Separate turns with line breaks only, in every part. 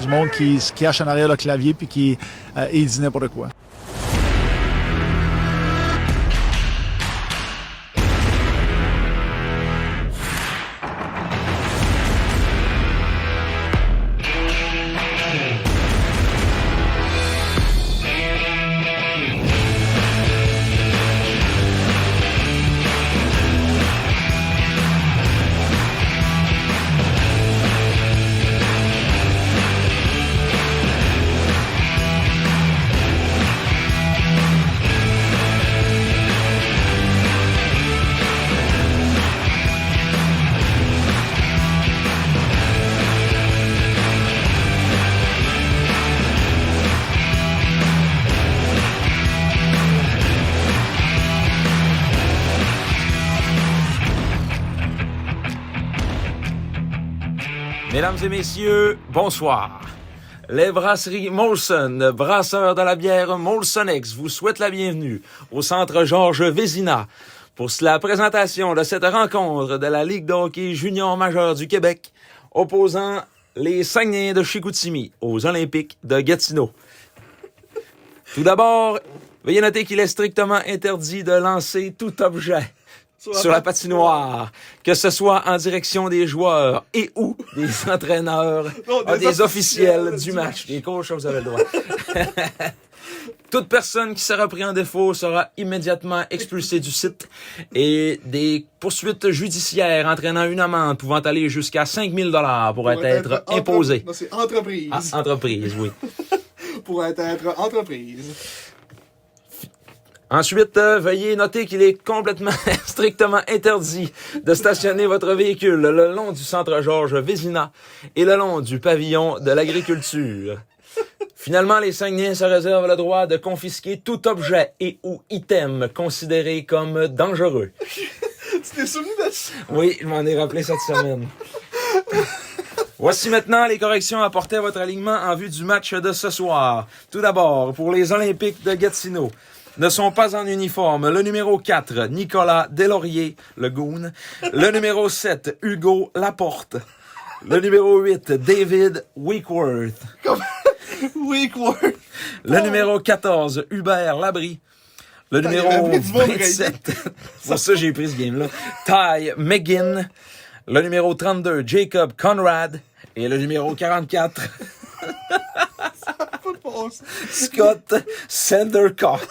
du monde qui se cache en arrière le clavier puis qui euh, et dit n'importe quoi.
Mesdames et messieurs, bonsoir. Les brasseries Molson, brasseurs de la bière Molson X, vous souhaitent la bienvenue au centre Georges Vézina pour la présentation de cette rencontre de la Ligue de hockey junior majeure du Québec opposant les Saguenayens de Chicoutimi aux Olympiques de Gatineau. Tout d'abord, veuillez noter qu'il est strictement interdit de lancer tout objet sur la patinoire, que ce soit en direction des joueurs et ou des entraîneurs,
Non,
ah,
des
des, officiels,
officiels
du,
du
match. Des coachs, vous avez le droit. Toute personne qui sera prise en défaut sera immédiatement expulsée du site et des poursuites judiciaires entraînant une amende pouvant aller jusqu'à 5000 dollars pourraient
Pour
être,
entre-
imposées.
Non, c'est entreprise.
Ah, entreprise, oui.
Pour être, être entreprise.
Ensuite, euh, veuillez noter qu'il est complètement, strictement interdit de stationner votre véhicule le long du centre Georges Vézina et le long du pavillon de l'agriculture. Finalement, les Saguenayens se réservent le droit de confisquer tout objet et ou item considéré comme dangereux.
Tu t'es souvenu de ça?
Oui, je m'en ai rappelé cette semaine. Voici maintenant les corrections apportées à votre alignement en vue du match de ce soir. Tout d'abord, pour les Olympiques de Gatineau, ne sont pas en uniforme le numéro 4, Nicolas Delaurier, le goon, le numéro 7, Hugo Laporte, le numéro 8, David Wickworth,
Oui, quoi?
le numéro 14, Hubert Labrie. Le
Putain, il y
numéro
avait du monde
27. Pour ça, j'ai pris ce game-là. Ty McGinn. Le numéro 32, Jacob Conrad. Et le numéro 44,
Pas de bon sens.
Scott Sandercock.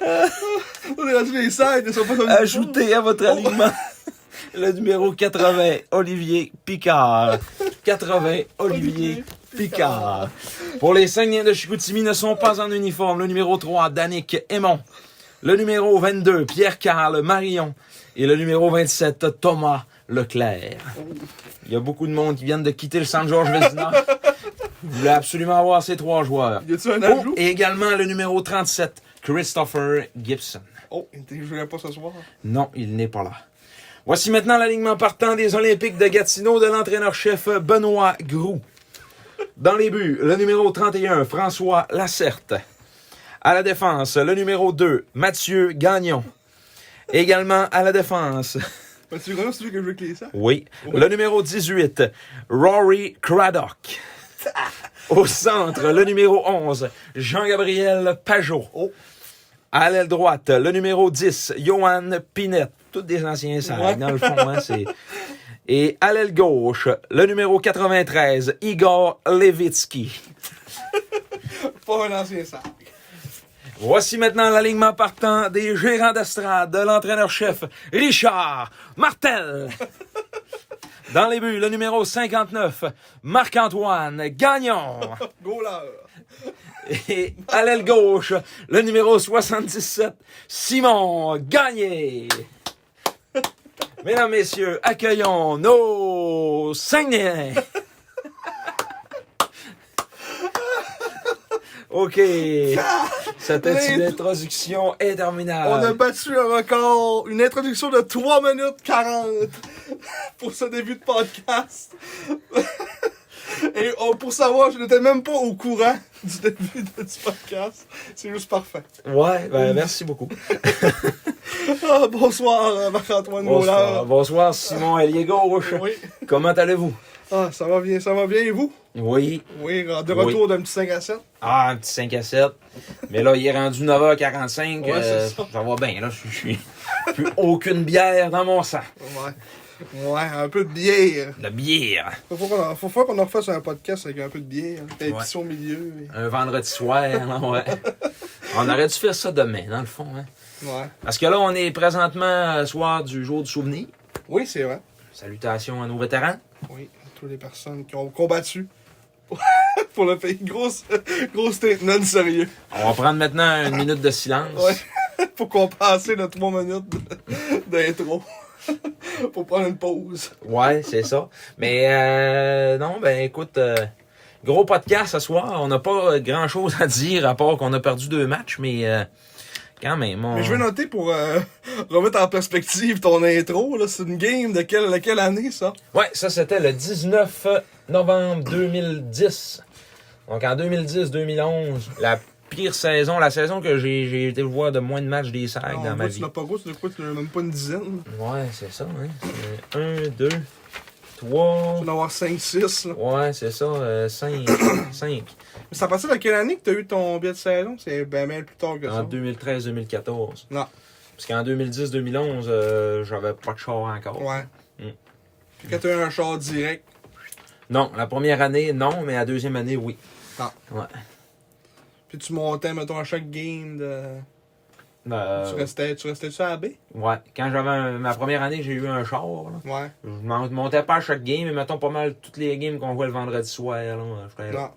On est rendu les sides, ils sont pas comme
Ajoutez à
Oh.
votre alignement le numéro 80, Olivier Picard. 80, Olivier Picard. Pour les Saguenayens de Chicoutimi ne sont pas en uniforme. Le numéro 3, Danick Aymon. Le numéro 22, Pierre-Carl Marion. Et le numéro 27, Thomas Leclerc. Il y a beaucoup de monde qui viennent de quitter le Saint-Georges Vézina. Vous voulez absolument avoir ces trois joueurs.
Y a-tu un
Oh,
ajout?
et également le numéro 37, Christopher Gibson.
Oh, il était joué pas ce soir.
Non, il n'est pas là. Voici maintenant l'alignement partant des Olympiques de Gatineau de l'entraîneur-chef Benoît Groux. Dans les buts, le numéro 31, François Lacerte. À la défense, le numéro 2, Mathieu Gagnon. Également à la défense,
Mais tu connais celui que je veux avec les sacs?
oui, le numéro 18, Rory Craddock. Au centre, le numéro 11, Jean-Gabriel Pajot.
Oh.
À l'aile droite, le numéro 10, Johan Pinette. Tous des anciens salles,
Ouais.
dans le fond. hein, c'est- Et à l'aile gauche, le numéro 93, Igor Levitsky.
Pas un ancien sac.
Voici maintenant l'alignement partant des gérants d'estrade de l'entraîneur-chef Richard Martel. Dans les buts, le numéro 59, Marc-Antoine Gagnon.
Go là.
Et à l'aile gauche, le numéro 77, Simon Gagné. Mesdames, Messieurs, accueillons nos Saguenayens. OK. Cette petite
Les-
introduction est
On a
terminale.
battu un record, une introduction de 3 minutes 40 pour ce début de podcast. Et oh, pour savoir, je n'étais même pas au courant du début de- du podcast. C'est juste parfait.
Ouais, ben merci beaucoup.
Ah, bonsoir, euh, Marc-Antoine
Bonsoir,
Moulin.
bonsoir Simon Ailier Gauche.
Oui.
Comment allez-vous?
Ah, ça va bien, ça va bien. Et vous?
Oui.
Oui, euh, de
Oui.
retour d'un petit 5 à 7.
Ah, un petit 5 à 7. Mais là, il est rendu 9h45.
Ouais,
euh,
c'est ça.
ça va bien, là. Je suis- je suis. Plus aucune bière dans mon sang.
Ouais. Ouais, un peu de bière.
De La bière.
Faut pas qu'on en, faut pas qu'on en refasse un podcast avec un peu de bière. Un
Ouais.
petit au milieu. et-
Un vendredi soir, là, ouais. On aurait dû faire ça demain, dans le fond. Hein.
Ouais.
Parce que là, on est présentement euh, soir du jour du souvenir.
Oui, c'est vrai.
Salutations à nos vétérans.
Oui, toutes les personnes qui ont combattu pour le pays. Grosse, grosse non sérieux.
On va prendre maintenant une minute de silence.
Ouais. pour compenser notre 3 minutes de- d'intro. pour prendre une pause.
Ouais, c'est ça. Mais euh, non, ben écoute, euh, gros podcast ce soir. On n'a pas grand chose à dire à part qu'on a perdu deux matchs, mais euh, quand même. On...
Mais je veux noter pour euh, remettre en perspective ton intro. là, C'est une game de quelle, de quelle année, ça?
Ouais, ça c'était le 19 novembre 2010. Donc en 2010-2011, la pire saison, la saison que j'ai j'ai été voir de moins de matchs des sacs
Non,
dans ma
toi,
vie.
Tu l'as pas gros, tu l'as quoi? Tu l'as même pas une dizaine.
Ouais, c'est ça. Hein. C'est Un, deux, trois.
Tu vas en avoir 5-6. là.
Ouais, c'est ça. euh, cinq, cinq.
Mais ça passait dans quelle année que t'as eu ton billet de saison? C'est ben, ben plus tard que ça.
En 2013-2014.
Non.
Parce qu'en 2010-2011, euh, j'avais pas de char encore.
Ouais.
Mm.
Puis quand t'as eu un char direct.
Non, la première année, non, mais la deuxième année, oui.
Puis tu montais, mettons, à chaque game de.
Euh,
Tu restais, tu restais-tu à la baie?
ouais. Quand j'avais un- ma première année, j'ai eu un char. là.
Ouais.
Je m'en- montais pas à chaque game, mais mettons pas mal toutes les games qu'on voit le vendredi soir. là, euh, je serais là.
Non.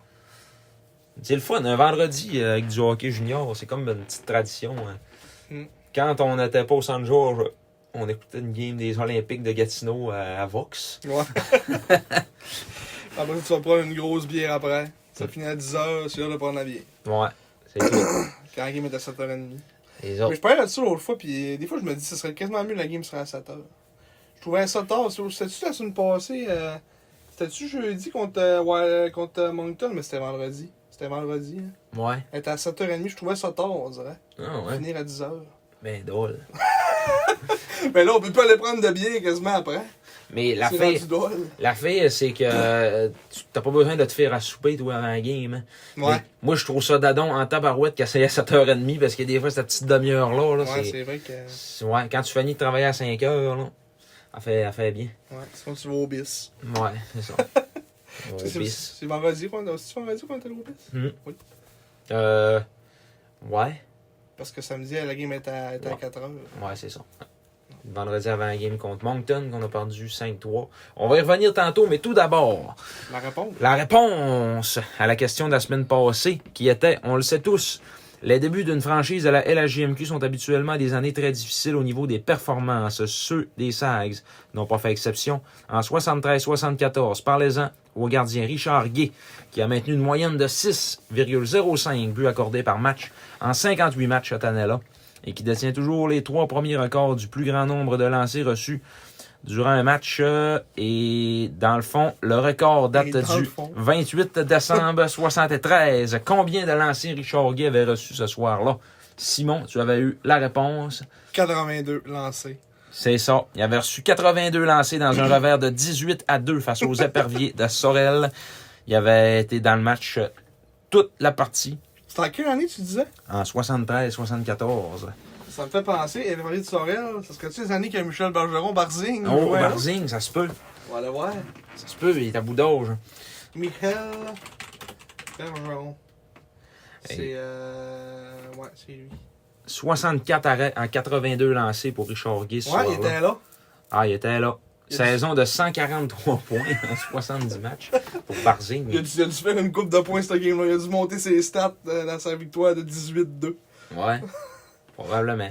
C'est le fun, un vendredi euh, avec du hockey junior, c'est comme une petite tradition. hein.
Mm.
Quand on n'était pas au San Georges, on écoutait une game des Olympiques de Gatineau euh, à, à Vox.
Ouais. après, tu vas prendre une grosse bière après. Ça finit à 10h, c'est l'heure de prendre la bière.
Ouais, c'est tout.
Quand la game est à 7h30.
Les
Mais
autres.
je parlais là-dessus l'autre fois, puis euh, des fois, je me dis, ce serait quasiment mieux que la game serait à 7h. Je trouvais ça tard. sur- C'était-tu la semaine passée euh, C'était-tu jeudi contre, euh, ouais, contre euh, Moncton Mais c'était vendredi. C'était vendredi. Hein.
Ouais.
Elle était à 7h30, je trouvais ça tard, on dirait.
Ah ouais.
Finir à 10h.
Ben drôle.
Mais là, on peut pas aller prendre de bière quasiment après.
Mais la
C'est
fille,
rendu drôle.
la fille, c'est que euh, tu t'as pas besoin de te faire à souper toi avant la game. hein.
Ouais.
Mais Moi je trouve ça dadon en tabarouette qu'à 7h30 parce que des fois cette petite demi-heure là, là
Ouais,
c'est-
c'est vrai que.
C'est- Ouais, quand tu finis de travailler à 5 heures, là, elle fait, elle fait bien.
Ouais, sinon tu vas au bis.
Ouais, c'est ça. Ouais,
C'est- C'est
bis.
c'est vendredi qu'on a. C'est vendredi qu'on est allé au bis?
Euh. Ouais,
Parce que samedi, la game était à, était à
Ouais.
4h.
ouais, c'est ça. Vendredi avant la game contre Moncton, qu'on a perdu 5-3. On va y revenir tantôt, mais tout d'abord,
La réponse?
la réponse à la question de la semaine passée, qui était, on le sait tous, les débuts d'une franchise à la LHJMQ sont habituellement des années très difficiles au niveau des performances. Ceux des Sags n'ont pas fait exception. En 73-74, parlez-en au gardien Richard Gay, qui a maintenu une moyenne de 6,05 buts accordés par match en 58 matchs cette année-là, et qui détient toujours les trois premiers records du plus grand nombre de lancers reçus durant un match. euh, et dans le fond, le record date
Et dans le
du
fond.
28 décembre 73. Combien de lancers Richard Gay avait reçu ce soir-là? Simon, tu avais eu la réponse.
82 lancés.
C'est ça. Il avait reçu 82 lancés dans un revers de 18 à 2 face aux éperviers de Sorel. Il avait été dans le match euh, toute la partie
C'était en quelle année tu disais?
en 73-74.
Ça me fait penser, elle parlait de Sorel. Ça serait-tu les années que Michel Bergeron, Barzing?
Oh,
jouait, là?
Barzing, ça se peut.
On va aller voir.
Ça se peut, il est à bout d'âge. hein.
Michel Bergeron.
Hey.
C'est. Euh... Ouais, c'est lui.
64 arrêts en 82 lancés pour Richard Guy ce
Ouais,
soir-là.
il était là.
Ah, il était là.
Il a
Saison de 143 points en 70 matchs pour Barzing.
Il a, dû, il a dû faire une coupe de points, cette game-là. Il a dû monter ses stats euh, dans sa victoire de 18-2.
Ouais, probablement.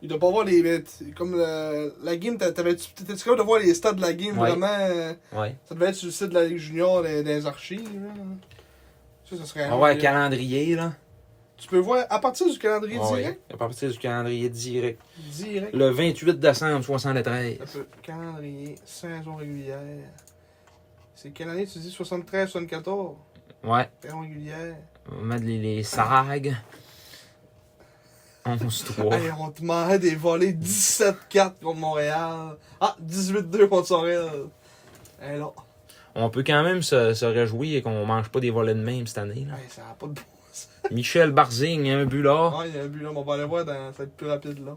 Il doit pas voir les. mais t- Comme le- la game, t'a- t'avais-tu t'étais-tu capable de voir les stats de la game
Ouais.
vraiment euh,
Ouais.
Ça devait être sur le site de la Ligue Junior des, des archives. là. Ça, ça serait.
On va voir le calendrier, là.
tu peux voir à partir du calendrier
Ah Ouais.
direct
À partir du calendrier direct.
Direct.
Le 28 décembre 73.
Ça peut- Calendrier, saison régulière. C'est quelle année tu dis 73, 74
Ouais,
Terre régulière.
on va mettre les, les Sarag. 11-3.
Hey, on te demandait des volets 17-4 contre Montréal. Ah, 18-2 contre Sorel. Hey, là.
On peut quand même se, se réjouir qu'on mange pas des volets de même cette année. Là.
Hey, ça n'a pas de bon sens.
Michel Barzing, un but là.
Ah, il y a un but là, mais on va aller voir, dans... ça va être plus rapide là.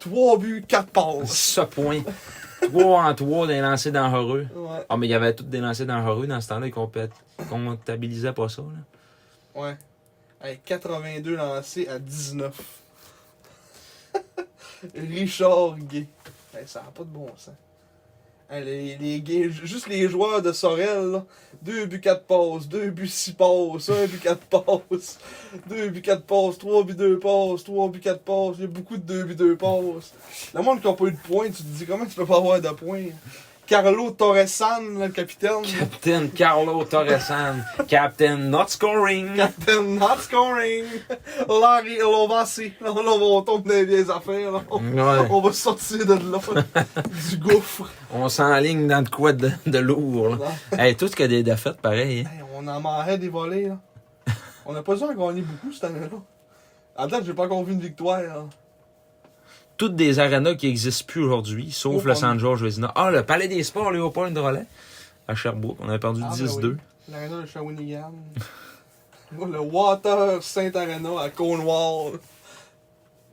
3 buts, 4 passes.
Ce point. 3 en 3 des lancers dangereux.
Ouais,
Ah, mais il y avait tous des lancers dangereux dans ce temps-là. Ils compét- comptabilisaient pas ça. Là.
ouais. Hey, 82 lancés à 19. Richard Gay. Hey, ça n'a pas de bon sens. Hey, les, les gays- juste les joueurs de Sorel, là. 2 buts, 4 passes, 2 buts, 6 passes, 1 but, 4 passes, 2 buts, 4 passes, 3 buts, 2 passes, 3 buts, 4 passes. Il y a beaucoup de 2 buts, 2 passes. Le monde qui n'a pas eu de points, tu te dis comment tu peux pas avoir de points? Carlo Torresan, là, le capitaine.
Captain Carlo Torresan. Captain Not Scoring.
Captain Not Scoring, Larry Lovasi. Là, là, on tombe dans les vieilles affaires. Là. On,
Ouais.
on va sortir de là, du gouffre.
On s'enligne dans de quoi de, de lourd.
Là.
Là. Hey, tout ce qu'il y a des défaites, pareil. hein.
Hey, on en marrait des volets. Là. On n'a pas dû en gagner beaucoup cette année-là. À date, j'ai pas encore vu une victoire. là.
Toutes des arénas qui n'existent plus aujourd'hui, sauf
Oh,
le
pardon.
San George Vézina. Ah, le Palais des Sports, Léopold Drolet. À Sherbrooke, on avait perdu
Ah, ben
10-2.
oui. L'arena de Shawinigan. Moi, le Water Saint Arena à Cornwall.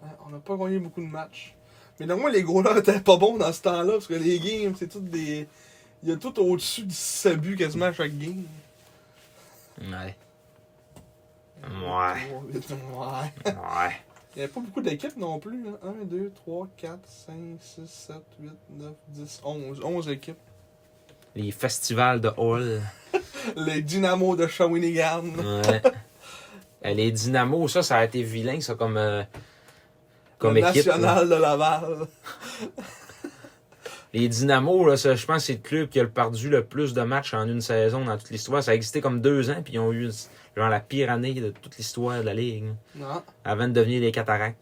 Hein, On n'a pas gagné beaucoup de matchs. Mais normalement, les gros là étaient pas bons dans ce temps-là, parce que les games, c'est toutes des. Il y a tout au-dessus du 6 buts quasiment à chaque game.
Ouais. Ouais.
Trois, huit, ouais.
Ouais.
Il n'y avait pas beaucoup d'équipes non plus. hein. 1, 2, 3, 4, 5, 6, 7, 8, 9, 10, 11. 11 équipes.
Les festivals de Hall.
Les Dynamo de Shawinigan.
Ouais. Euh, Les Dynamos, ça, ça a été vilain, ça, comme, euh, comme
le
équipe. là.
National de Laval.
Les Dynamos, là, ça, je pense que c'est le club qui a perdu le plus de matchs en une saison dans toute l'histoire. Ça a existé comme deux ans, puis ils ont eu genre la pire année de toute l'histoire de la Ligue. là.
Non.
avant de devenir les Cataractes.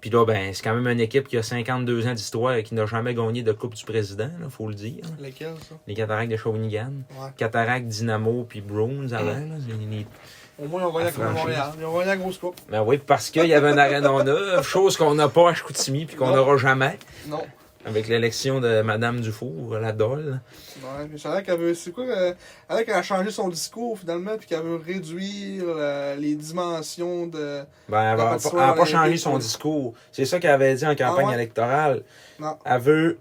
Puis là, ben, c'est quand même une équipe qui a 52 ans d'histoire et qui n'a jamais gagné de Coupe du Président, il faut le dire.
Lesquels, ça
Les Cataractes de Shawinigan.
Ouais.
Cataractes, Dynamo, puis Browns avant. là. C'est une-
Au moins, ils ont gagné
La
la Coupe
franchise.
Montréal. Ils ont gagné la grosse coupe.
Ben oui, parce qu'il y avait un aréna neuve, chose qu'on n'a pas à Chicoutimi puis qu'on
Non.
n'aura jamais,
Non.
avec l'élection de Madame Dufour, la Dolle.
Ouais, hein, mais ça a l'air qu'elle veut. C'est quoi euh, Elle a l'air qu'elle a changé son discours finalement, puis qu'elle veut réduire euh, les dimensions de.
Ben, elle
La
n'a
pâtisserie
pas,
olympique,
changé son
oui.
discours. C'est ça qu'elle avait dit en campagne
Ah ouais?
électorale.
Non.
Elle veut,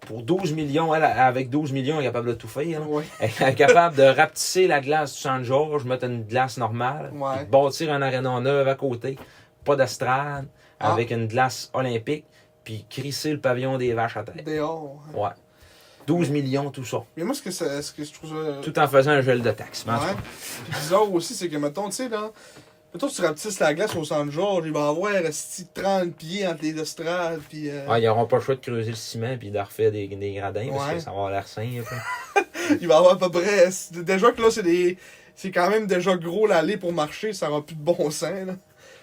pour 12 millions, elle, avec 12 millions, elle est capable de tout faire. là.
Ouais.
Elle est capable de rapetisser la glace du Saint-Georges, mettre une glace normale,
Ouais.
puis de bâtir un aréna neuve à côté, pas d'estrade,
Ah.
avec une glace olympique, puis crisser le pavillon des vaches à terre.
Dehors.
Ouais. 12 millions, tout ça.
Mais moi, ce que, ça- ce que je trouve. ça-
Tout en faisant un gel de taxes. mais en tout
Ouais.
cas.
Puis bizarre aussi, c'est que, mettons, tu sais, là. Mettons, si tu rapetisses la glace au centre Georges, il va avoir euh, esti, 30 pieds entre les estrades, puis. euh,
Ah, ils n'auront pas le choix de creuser le ciment puis de refaire des, des gradins parce que
Ouais.
ça va avoir l'air simple.
Il va avoir à peu près. c'est- Déjà que là, c'est des. C'est quand même déjà gros l'allée pour marcher, ça aura plus de bon sens, là.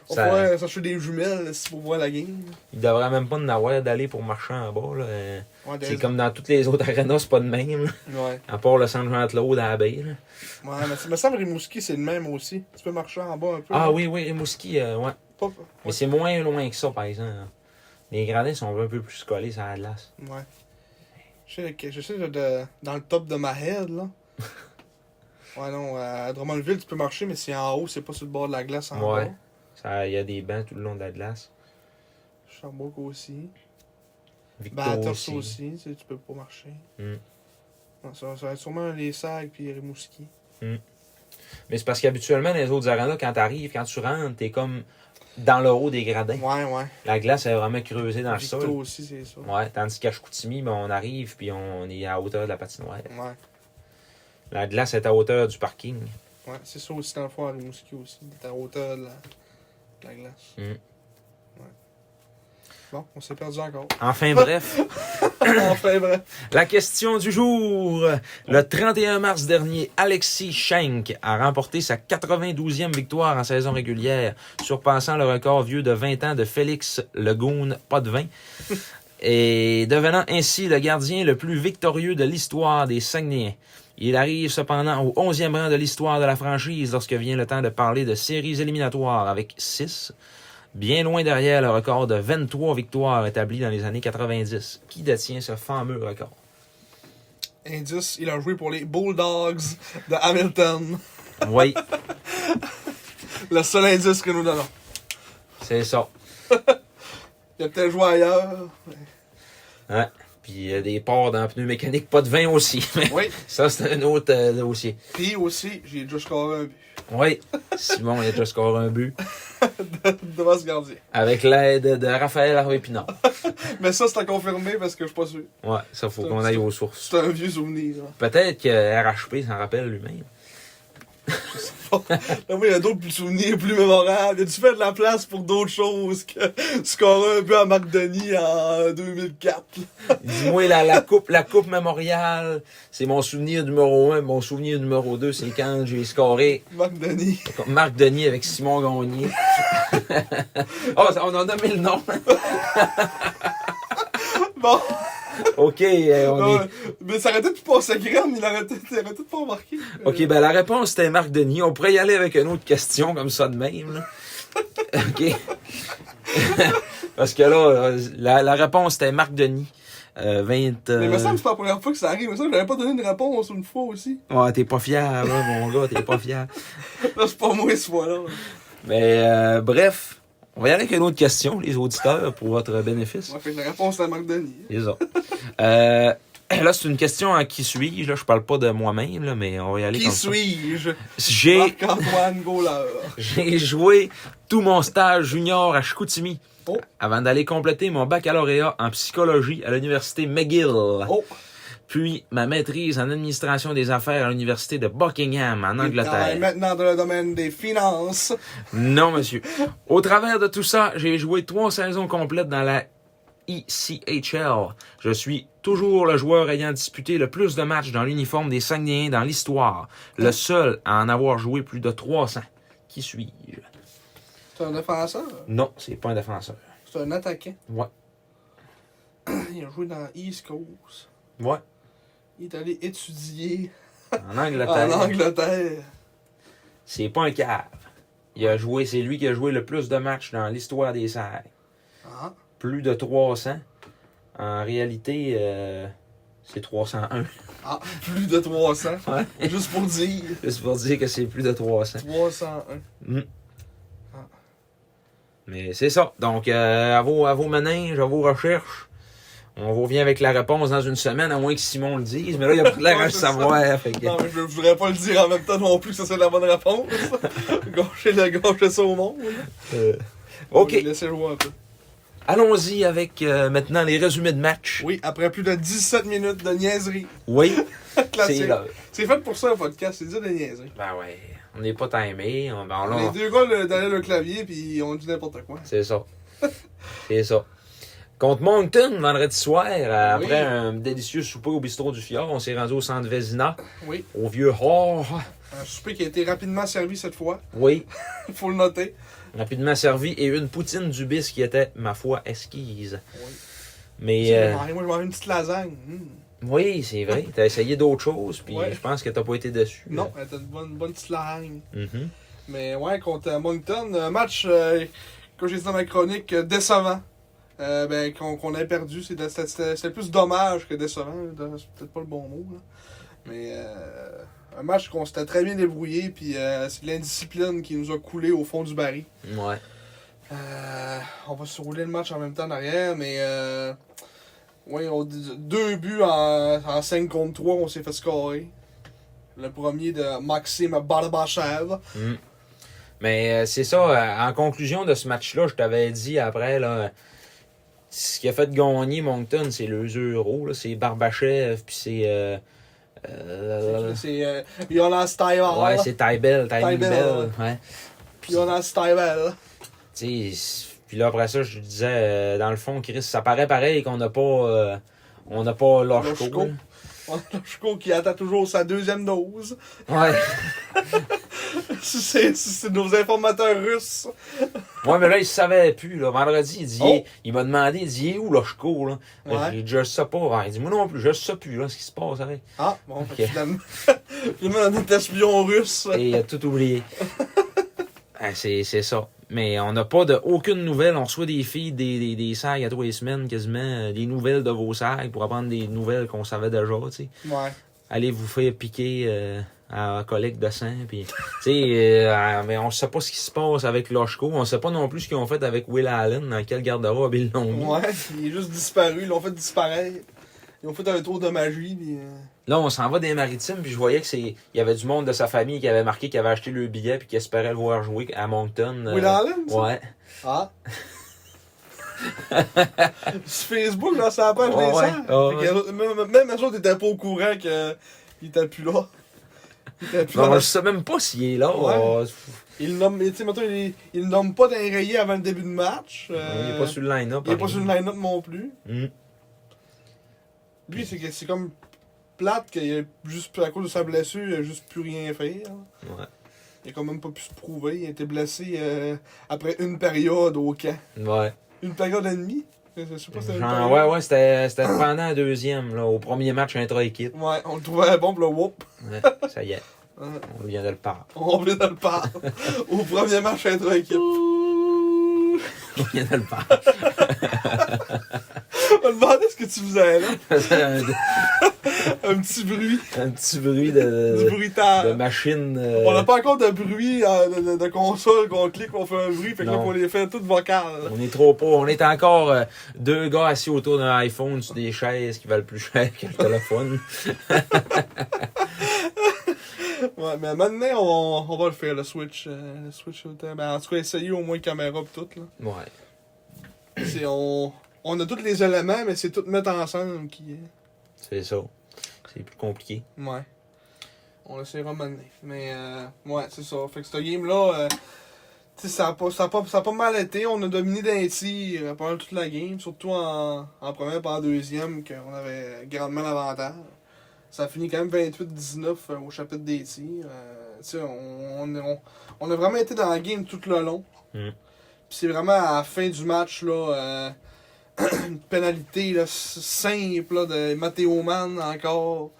On
Ça-
va pouvoir s'acheter des jumelles esti, pour voir la game.
Il devrait même pas en avoir d'aller pour marcher en bas. là. Euh,
Ouais,
C'est
Ah, des-
comme dans toutes les autres arénas, c'est pas de même. là.
Ouais.
À part le centre Jean-Claude à la baie. là.
Ouais, mais ça me semble Rimouski, c'est le même aussi. Tu peux marcher en bas un peu.
Ah
là.
oui, oui, Rimouski, euh, ouais.
Pas-
Mais c'est moins loin que ça, par exemple. Les gradins sont un peu plus collés sur la glace.
Ouais. Je sais, que- je sais de, de- dans le top de ma head, là. ouais, non, à Drummondville, tu peux marcher, mais c'est en haut, c'est pas sur le bord de la glace en
Ouais.
bas.
Ça, Il y a des bancs tout le long de la glace.
Sherbrooke aussi.
Victor aussi.
Bathurst Ben, aussi, Bah, tu, sais, tu peux pas marcher.
Mm.
Non, ça, ça va être sûrement les sacs puis Rimouski.
Mais c'est parce qu'habituellement, dans les autres arénas, quand t'arrives, quand tu rentres, t'es comme dans le haut des gradins.
Ouais, ouais.
La glace est vraiment creusée dans le
Victo
sol.
aussi, c'est ça.
Ah, Ouais, tandis qu'à Chicoutimi, ben, on arrive puis on est à hauteur de la patinoire.
Ouais,
La glace est à hauteur du parking.
ouais. C'est ça aussi, dans le fond, à Rimouski aussi. T'es à hauteur de la, de la glace.
Mm.
Ouais. Bon, on s'est perdu encore.
Enfin bref,
enfin, bref.
la question du jour. Le 31 mars dernier, Alexis Schenk a remporté sa 92e victoire en saison régulière, surpassant le record vieux de 20 ans de Félix Legoun, pas de 20. et devenant ainsi le gardien le plus victorieux de l'histoire des Saguenayens. Il arrive cependant au 11e rang de l'histoire de la franchise lorsque vient le temps de parler de séries éliminatoires avec 6, bien loin derrière le record de 23 victoires établi dans les années 90. Qui détient ce fameux record?
Indice, il a joué pour les Bulldogs de Hamilton.
Oui,
Le seul indice que nous donnons.
c'est ça.
Il a peut-être joué ailleurs.
Hein? Puis il y a des ports dans pneus mécaniques, pas de vin aussi. Mais
Oui.
ça, c'est un autre euh, dossier.
Puis aussi, j'ai déjà scoré un but
Oui, Simon il a déjà scoré un but
devant ce gardien.
avec l'aide de Raphaël Harvey Pinard.
Mais ça, c'est à confirmer parce que je suis pas sûr.
Ouais, ça, faut qu'on aille aux sources.
C'est un vieux souvenir. hein.
Peut-être que RHP s'en rappelle lui-même.
Là, moi, il y a d'autres plus souvenirs plus mémorables. Il a dû faire de la place pour d'autres choses que scorer un but à Marc Denis en 2004.
Dis-moi, la, la coupe, la coupe mémoriale, c'est mon souvenir numéro un. Mon souvenir numéro deux, c'est quand j'ai scoré
Marc Denis.
contre Marc Denis avec Simon Gagné. oh, ça- on en a mis le nom.
Bon,
OK, euh, on
non,
est...
mais ça aurait peut-être pu passer graine, il aurait peut-être il aurait peut-être pas remarqué. Euh,
OK, ben la réponse, c'était Marc Denis. On pourrait y aller avec une autre question comme ça de même. là. OK. Parce que là, euh, la, la réponse, c'était Marc Denis. Euh, 20...
Mais il me
euh,
semble que c'est pas la première fois que ça arrive. Il me semble que j'avais pas donné une réponse une fois aussi.
Ouais, t'es pas fier, là, mon gars, t'es pas fier.
Là, c'est pas moi ce fois-là.
Mais euh, bref, on va y aller avec une autre question, les auditeurs, pour votre bénéfice.
Ouais, fait que la réponse, c'est à Marc Denis.
Les autres. Euh, là, c'est une question à qui suis-je. Là, je parle pas de moi-même, là, mais on va y aller
Qui
comme ça.
suis-je? Ah.
J'ai,
Marc-Antoine Gauleur.
j'ai joué tout mon stage junior à Chicoutimi
Oh.
avant d'aller compléter mon baccalauréat en psychologie à l'université McGill.
Oh,
Puis ma maîtrise en administration des affaires à l'université de Buckingham, en
il travaille
Angleterre.
maintenant dans le domaine des finances.
Non, monsieur. Au travers de tout ça, j'ai joué trois saisons complètes dans la E ECHL. Je suis toujours le joueur ayant disputé le plus de matchs dans l'uniforme des Saguenayens dans l'histoire. Le seul à en avoir joué plus de 300. Qui suis-je?
C'est un défenseur.
Non, c'est pas un défenseur.
C'est un attaquant.
Ouais.
Il a joué dans East Coast.
Ouais.
Il est allé étudier
En
en
Angleterre.
Angleterre.
C'est pas un cave. Il a joué, c'est lui qui a joué le plus de matchs dans l'histoire des Sagues.
Ah,
Plus de 300. En réalité, euh, c'est 301.
ah, plus de 300.
Ouais.
Juste pour dire.
Juste pour dire que c'est plus de 300.
301.
Mais c'est ça. Donc, euh, à, vos, à vos manèges, à vos recherches, on vous revient avec la réponse dans une semaine, à moins que Simon le dise. Mais là, il a pas l'air à
Ouais,
le
c'est ça.
savoir. fait que-
Non, mais je voudrais pas le dire en même temps non plus que ça soit la bonne réponse. gâcher, la, gâcher ça au monde.
Euh,
Je vais
OK.
le laisser jouer un peu.
Allons-y avec euh, maintenant les résumés de match.
Oui, après plus de 17 minutes de niaiserie.
Oui, c'est
Classique.
là.
C'est fait pour ça un podcast, c'est dire des niaiseries.
Ben ouais, on n'est pas timé. On, ben là,
Les deux gars le- derrière le clavier, puis on dit n'importe quoi.
C'est ça. c'est ça. Contre Moncton, vendredi soir, euh,
Oui.
après un délicieux souper au bistrot du Fjord, on s'est rendu au centre Vézina,
Oui,
au vieux Hors.
un souper qui a été rapidement servi cette fois,
Oui,
faut le noter.
rapidement servi et une poutine du bis qui était, ma foi, esquise.
Oui.
Mais euh,
Ah, Moi, je m'en vais une petite lasagne. Hmm.
oui, c'est vrai. T'as essayé d'autres choses, puis
Ouais.
je pense que t'as pas été déçu.
Non, elle était une bonne, bonne petite lasagne.
Mhm.
Mais ouais, contre euh, Moncton, un match, euh, comme j'ai dit dans ma chronique, euh, décevant. Euh, ben, qu'on qu'on ait perdu, c'est de- c'était c'était- c'était plus dommage que décevant. là. C'est peut-être pas le bon mot. là. Mais euh, un match qu'on s'était très bien débrouillé, puis euh, c'est de l'indiscipline qui nous a coulé au fond du baril.
Ouais.
Euh, on va se rouler le match en même temps en arrière, mais euh, ouais, on- deux buts en, en 5 contre 3, on s'est fait scorer. Le premier de Maxime Barbachev.
Mais euh, c'est ça, euh, en conclusion de ce match-là, je t'avais dit après, là, ce qui a fait gagner Moncton, c'est le euros, là, c'est Barbachev, puis c'est. euh, euh,
C'est euh, Jonas Steiber.
ouais, c'est Tybell, Tybell.
Tybell,
Bell, ouais.
Jonas Steiber.
Tu sais, c'est- Puis là, après ça, je disais, euh, dans le fond, Chris, ça paraît pareil qu'on n'a pas. euh, on n'a pas Loshko.
Loshko. Chouko qui attend toujours sa deuxième dose.
Ouais.
Si c'est si c'est nos informateurs russes.
Ouais, mais là, il savait plus, là. Vendredi, il dit,
Oh.
il m'a demandé, il dit, il est où Loshko, là?
Ouais.
J'ai dit, je sais pas. Ah, Il dit, moi non plus, je sais plus, là, ce qui se passe avec.
Ah, bon, fait que
Ok.
finalement, finalement, on est espion russe.
Et il a tout oublié. Ah, c'est, c'est ça. Mais on n'a pas de, aucune nouvelle. On reçoit des filles, des, des, des sages à tous les semaines, quasiment, euh, des nouvelles de vos sages pour apprendre des nouvelles qu'on savait déjà, tu sais.
Ouais.
Allez vous faire piquer euh, à la collecte de sang, puis, tu sais, euh, ah, mais on sait pas ce qui se passe avec Loshko. On sait pas non plus ce qu'ils ont fait avec Will Allen, dans quel garde-robe ils l'ont mis.
Ouais, il est juste disparu, ils l'ont fait disparaître. Ils ont fait un tour de magie, puis, euh,
Là, on s'en va des maritimes, puis je voyais que c'est il y avait du monde de sa famille qui avait marqué qu'il avait acheté le billet puis qui espérait le voir jouer à Moncton. euh,
Will Allen, ça?
Ouais.
Ah. Sur Facebook, dans sa page
Ouais,
des
ouais.
Saints.
Ah,
Fait que Même, même eux autres étaient pas au courant que il était plus là. Il était plus
Non,
là.
je sais même pas s'il est là.
Ouais.
euh,
Il nomme, tu sais, mettons, il, il nomme pas d'un rayé avant le début de match. euh,
Il est pas sur le line-up. hein.
il est pas sur le line-up non plus.
Mm.
Lui, c'est que c'est comme plate qu'il a juste à cause de sa blessure, il a juste plus rien fait. hein.
Ouais.
Il a quand même pas pu se prouver. Il a été blessé euh, après une période au camp.
Mm. Ouais.
Une période et demie? Je je sais pas si c'était une
Genre,
période.
ouais, ouais, c'était c'était pendant la deuxième, là, au premier match intra-équipe.
Ouais, on le trouvait bon, pis là, whoop,
Ouais, ça y est,
hein,
on vient de le perdre.
on vient de le perdre. Au premier match intra-équipe.
On vient de le perdre.
On me demandait ce que tu faisais là.
C'est un,
Un petit bruit,
un petit bruit
du
de, Euh, de
bruitage.
machine. euh,
On n'a pas encore de bruit euh, de, de- de console qu'on clique, on fait un bruit, fait que là,
Non.
on les fait toutes vocales.
On est trop pauvres. On est encore euh, deux gars assis autour d'un iPhone sur des chaises qui valent plus cher que le téléphone.
Ouais, mais maintenant, on, on va le faire, le Switch. euh, le Switch, euh, ben, en tout cas, essayer au moins caméra pis tout, là.
Ouais.
C'est, on, on a tous les éléments, mais c'est tout mettre ensemble qui est...
C'est ça. C'est plus compliqué.
Ouais. On l'essayera maintenant. Mais, euh, ouais, c'est ça. Fait que ce game-là, euh, tu sais, ça a, pas, ça, a pas, ça a pas mal été. On a dominé d'un tir pendant euh, toute la game, surtout en, en première et en deuxième, qu'on avait grandement l'avantage. Ça a fini quand même 28-19 euh, au chapitre des tirs. Euh, tu sais, on, on, on- on a vraiment été dans la game tout le long.
Mm.
Puis c'est vraiment à la fin du match, là, euh, une pénalité là, s- simple là, de Matteo Mann encore.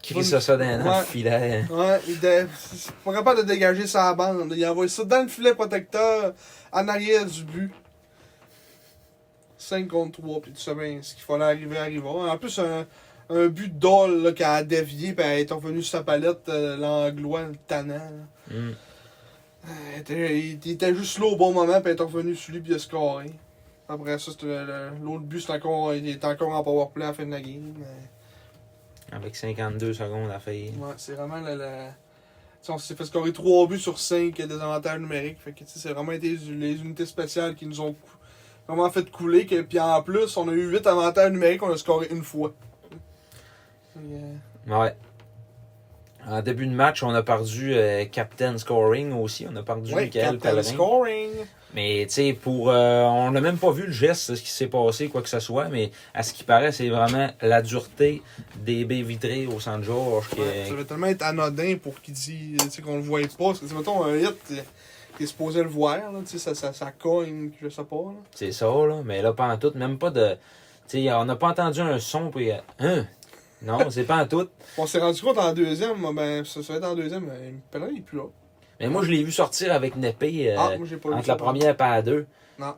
Crie ça, ça dans
Ouais.
le filet. hein.
Ouais, il était c'est pas capable de dégager sa bande. Il envoie ça dans le filet protecteur, en arrière du but. 5 contre 3, puis tu sais bien ce qu'il fallait arriver à arriver. En plus, un, un but d'Hall là, qui a dévié, puis elle est revenue sur sa palette, euh, l'anglois, le tannant. là.
Mm.
Euh, Il était, il- il était juste là au bon moment, puis elle est revenue sur lui, puis il a scoré. Après ça, c'était le- le- l'autre but, c'est encore, il est encore en powerplay à la fin de la game. mais-
Avec 52 secondes à faire.
Ouais, c'est vraiment la. la... tu sais, On s'est fait scorer 3 buts sur 5 des avantages numériques. Fait que tu sais, c'est vraiment été les unités spéciales qui nous ont cou- vraiment fait couler. Que... Puis en plus, on a eu 8 avantages numériques, on a scoré une fois. Fait que, euh,
Ouais. En début de match, on a perdu euh, Captain Scoring aussi. On a perdu
ouais,
Michael
captain
Pellerin.
scoring.
Mais tu sais, pour euh, on n'a même pas vu le geste, ce qui s'est passé, quoi que ce soit, mais à ce qui paraît, c'est vraiment la dureté des baies vitrées au centre Georges qui
Ouais, ça va tellement être anodin pour qu'il dise tu sais, qu'on le voit pas. Parce que tu sais, mettons un hit, t'es- t'es supposé le voir. Là, tu sais, ça, ça, ça cogne, je sais pas. là.
C'est ça, là. Mais là, pas en tout, même pas de. Tu sais, on n'a pas entendu un son, puis. euh, Hein? Non, c'est pas en tout.
On s'est rendu compte en deuxième, ben, ça, ça va être en deuxième, euh, Pellerin il est plus là.
Mais moi, je l'ai vu sortir avec Népé euh,
Ah, moi j'ai pas vu
entre
ça.
la première et la deux.
Non.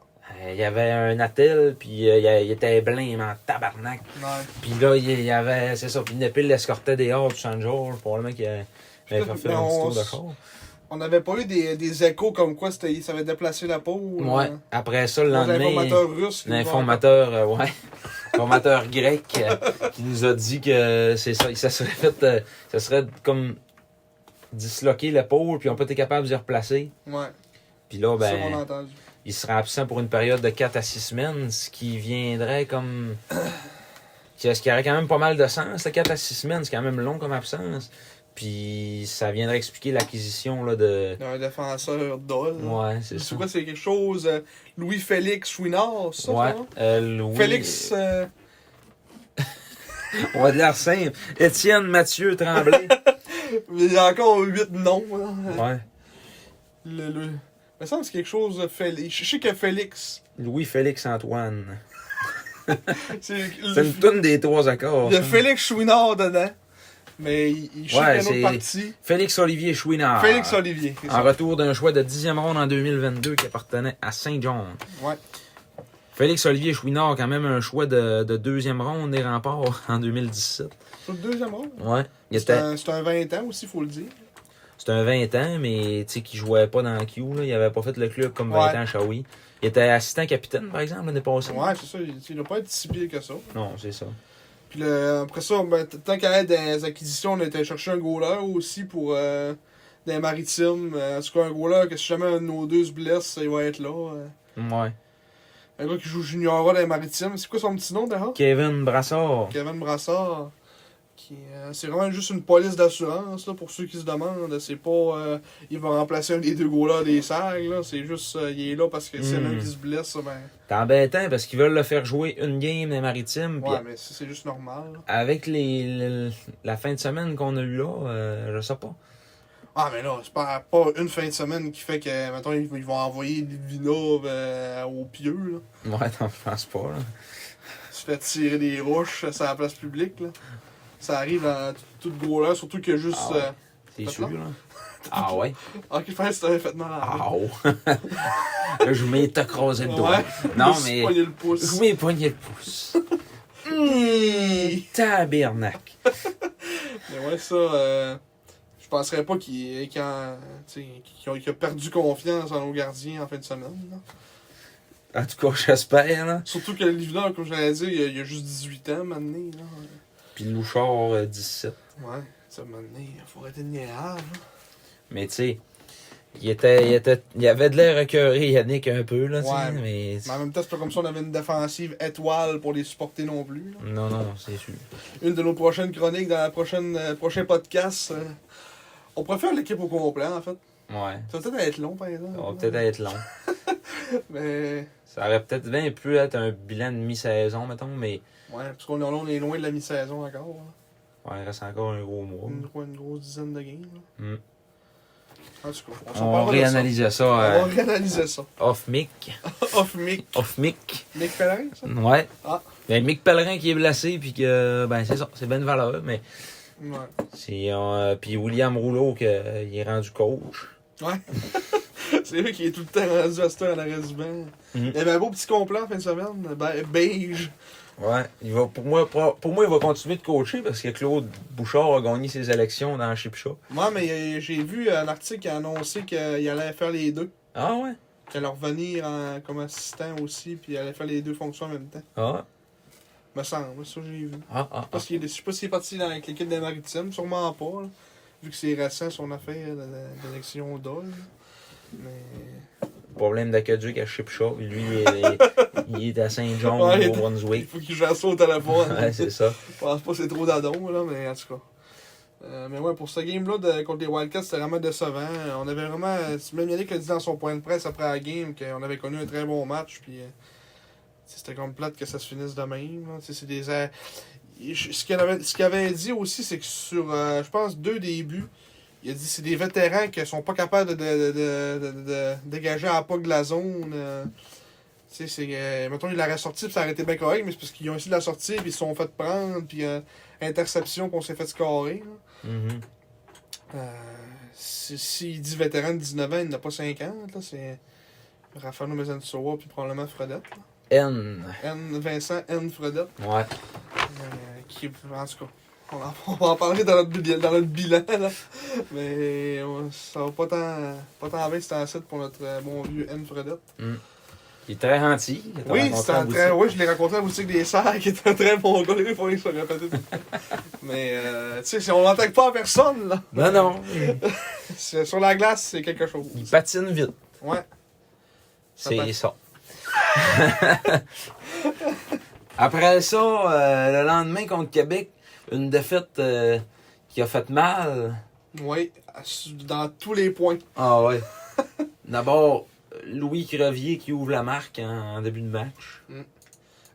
Euh, Il y avait un attel, puis euh, il y a- il était blême en tabarnak.
Ouais.
Puis là, il y avait, c'est ça, puis Népé l'escortait dehors du San Georges, probablement qu'il avait avait fait faire un petit
on
tour de
s-
corps.
On n'avait pas eu des, des échos comme quoi c'était- ça avait déplacé la peau. euh,
Ouais, après ça, le lendemain,
L'informateur russe.
l'informateur, euh, ouais, l'informateur grec euh, qui nous a dit que c'est ça, ça serait fait, euh, ça serait comme disloquer l'épaule, puis on peut être capable de les replacer.
Ouais,
Puis là,
ça on l'a
ben,
entendu.
il sera absent pour une période de 4 à 6 semaines, ce qui viendrait comme. Ce qui aurait quand même pas mal de sens, là, 4 à 6 semaines, c'est quand même long comme absence. Puis ça viendrait expliquer l'acquisition là, de.
D'un défenseur d'ol.
Ouais, c'est ça.
C'est quoi, c'est quelque chose. euh, Louis-Félix Chouinard, ça,
Ouais,
non?
euh, Louis-
Félix. euh,
On va de l'air simple. Étienne Mathieu Tremblay.
il y a encore huit noms. là.
Ouais.
Le, le... Il me semble que c'est quelque chose de Félix. Je sais que Félix.
Louis-Félix Antoine.
C'est
C'est
le,
une toune des trois accords.
il y a
ça.
Félix Chouinard dedans. Mais il, il chie
Ouais,
un autre
c'est- Ah.
parti.
Félix Olivier Chouinard.
Félix Olivier. c'est
En
ça.
retour d'un choix de 10e ronde en 2022 qui appartenait à Saint-John.
Ouais.
Félix Olivier Chouinard, quand même un choix de, de deuxième ronde des remparts en 2017.
Sur le deuxième round.
Ouais. Il
C'est
était-
un, c'est un 20 ans aussi, faut le dire.
C'était un 20 ans, mais tu sais, qui jouait pas dans Q, là. Il avait pas fait le club comme 20
Ouais.
ans à Shawi. Il était assistant capitaine, par exemple, l'année passée.
Ouais, c'est ça. Il il doit pas être si pire que ça.
Non, c'est ça.
Puis le- après ça, ben, t- tant qu'à être dans les acquisitions, on était chercher un goaler aussi pour euh, des maritimes. Euh, en tout cas, un goaler que si jamais un de nos deux se blesse, il va être là. euh.
Ouais.
Un gars qui joue junior A dans les maritimes. C'est quoi son petit nom d'ailleurs
Kevin Brassard.
Kevin Brassard. qui, euh, c'est vraiment juste une police d'assurance là, pour ceux qui se demandent. C'est pas. euh, il va remplacer un des deux goalers des sacs. Là. C'est juste. euh, il est là parce que c'est
Mm.
l'un qui se blesse. Ben,
C'est embêtant parce qu'ils veulent le faire jouer une game des maritimes. puis
ouais, mais c'est, c'est juste normal. là.
avec les, le- la fin de semaine qu'on a eue là, euh, je sais pas.
Ah, mais là, c'est pas, pas une fin de semaine qui fait que, mettons, ils, ils vont envoyer Vina euh, au pieux, là.
Ouais, non, je pense pas. Là.
Se fait tirer des roches sur la place publique, là. Ça arrive à tout gros là, surtout que juste.
Ah ouais. C'est
euh, Ah, ouais. Fait
sûr,
mal.
là. Ah ouais?
Ok, fait, c'était fait mal à la main.
Ah oh! Là, je m'ai écrasé le doigt.
Ouais.
Non,
Juste
mais.
poigner le pouce.
Je m'ai poigné le pouce.
Mmh.
Tabernacle.
Mais ouais, ça. euh, je penserais pas qu'il qu'il en- tu sais, qu'il a- qu'il a perdu confiance en nos gardiens en fin de semaine, là.
En tout cas, j'espère, là.
Surtout que Livina, comme je l'avais dit, il a, il a juste 18 ans, maintenant, là.
Puis Louchard, euh, 17.
Ouais, ça m'a donné, il faut arrêter de niaiser.
Mais tu sais, il était, il était, il avait de l'air écœuré, Yannick, un peu, là, tu sais,
Ouais.
mais...
Mais en même temps, c'est pas comme si on avait une défensive étoile pour les supporter non plus. là.
Non, non, c'est sûr.
Une de nos prochaines chroniques dans la prochaine euh, prochain podcast. euh, on préfère l'équipe au complet, en fait.
Ouais.
Ça va peut-être être long, par exemple.
Ça va peut-être être long.
Mais.
Ça aurait peut-être bien pu être un bilan de mi-saison, mettons, mais...
Ouais, parce qu'on est- on est loin de la mi-saison encore. là.
Ouais, il reste encore un gros mois.
Une, quoi, une grosse dizaine de games. là.
Mm.
En tout cas, on s'en
On
parlera de ça.
réanalysait
On
ça
va
euh,
réanalyser ça.
off-mic.
Off-mic.
Off-mic.
Mick Pellerin, ça?
Ouais.
Ah.
Il y a Mick Pellerin qui est blessé, puis que... Ben, c'est ça, c'est bonne valeur, mais...
Ouais.
c'est euh, puis William Rouleau, que, euh, il est rendu coach.
C'est vrai qu'il est tout le temps rendu à cette heure à l'arrêt du banc.
Mhm.
Il y avait un beau petit complet en fin de semaine. be- Beige.
Ouais, il va, pour, moi, pour, pour moi, il va continuer de coacher parce que Claude Bouchard a gagné ses élections dans Chipcha.
Moi, mais euh, j'ai vu un article qui a annoncé qu'il allait faire les deux.
Ah ouais?
Qu'il allait revenir en- comme assistant aussi, puis il allait faire les deux fonctions en même temps.
Ah,
Me semble, ça j'ai vu.
ah, ah. ah.
Parce qu'il est- je sais pas s'il est parti dans avec l'équipe des Maritimes, sûrement pas, là, vu que c'est récent son affaire de- d'élection d'Ol. Mais
Problème d'aqueduc à Chipcha. Lui, il est, il est à Saint-John, au
Ouais, il est- il
Nouveau-Brunswick.
faut qu'il gère ça au téléphone.
Ouais, c'est ça.
Je pense pas que c'est trop d'adon, là, mais en tout cas. Euh, mais ouais, pour ce game-là de- contre les Wildcats, c'était vraiment décevant. On avait vraiment. Même Yannick l'a dit dans son point de presse après la game qu'on avait connu un très bon match, puis. euh, c'était comme plate que ça se finisse de même. là. Tu sais, C'est des. erreurs- Et je- Ce qu'il avait, ce qu'il avait dit aussi, c'est que sur, euh, je pense, deux débuts, il a dit que c'est des vétérans qui sont pas capables de, de- de- de- de- de dégager à la POC de la zone. euh. Tu sais, c'est. euh, mettons, il l'aurait sorti, puis ça aurait été bien correct, mais c'est parce qu'ils ont essayé de la sortir, puis ils se sont fait prendre, puis euh, interception, qu'on s'est fait scorer. là.
Mhm.
Euh, si- S'il dit vétéran de 19 ans, il n'a pas 50, là, c'est. Raphaël Mezansoa, puis probablement Fredette. là.
N.
N. Vincent N. Fredette.
Ouais.
Euh, qui, en tout cas, on, en- on va en parler dans notre, bilan- dans notre bilan, là. Mais on- ça va pas tant, pas tant bien, c'est en site pour notre euh, bon vieux N. Fredette.
Il est très gentil. Il t'a
Oui,
rencontré
c'est
en
un
boutique.
très, oui, je l'ai rencontré à la boutique des serres, qui est un très bon gars, il faut qu'il soit répété. Mais, euh, tu sais, si on l'attaque pas en personne, là,
Non, non.
c'est- sur la glace, c'est quelque chose.
Il patine vite.
Ouais.
C'est ça. Après ça, euh, le lendemain contre Québec, une défaite euh, qui a fait mal.
Oui, dans tous les points.
Ah ouais. D'abord, Louis Crevier qui ouvre la marque en, en début de match.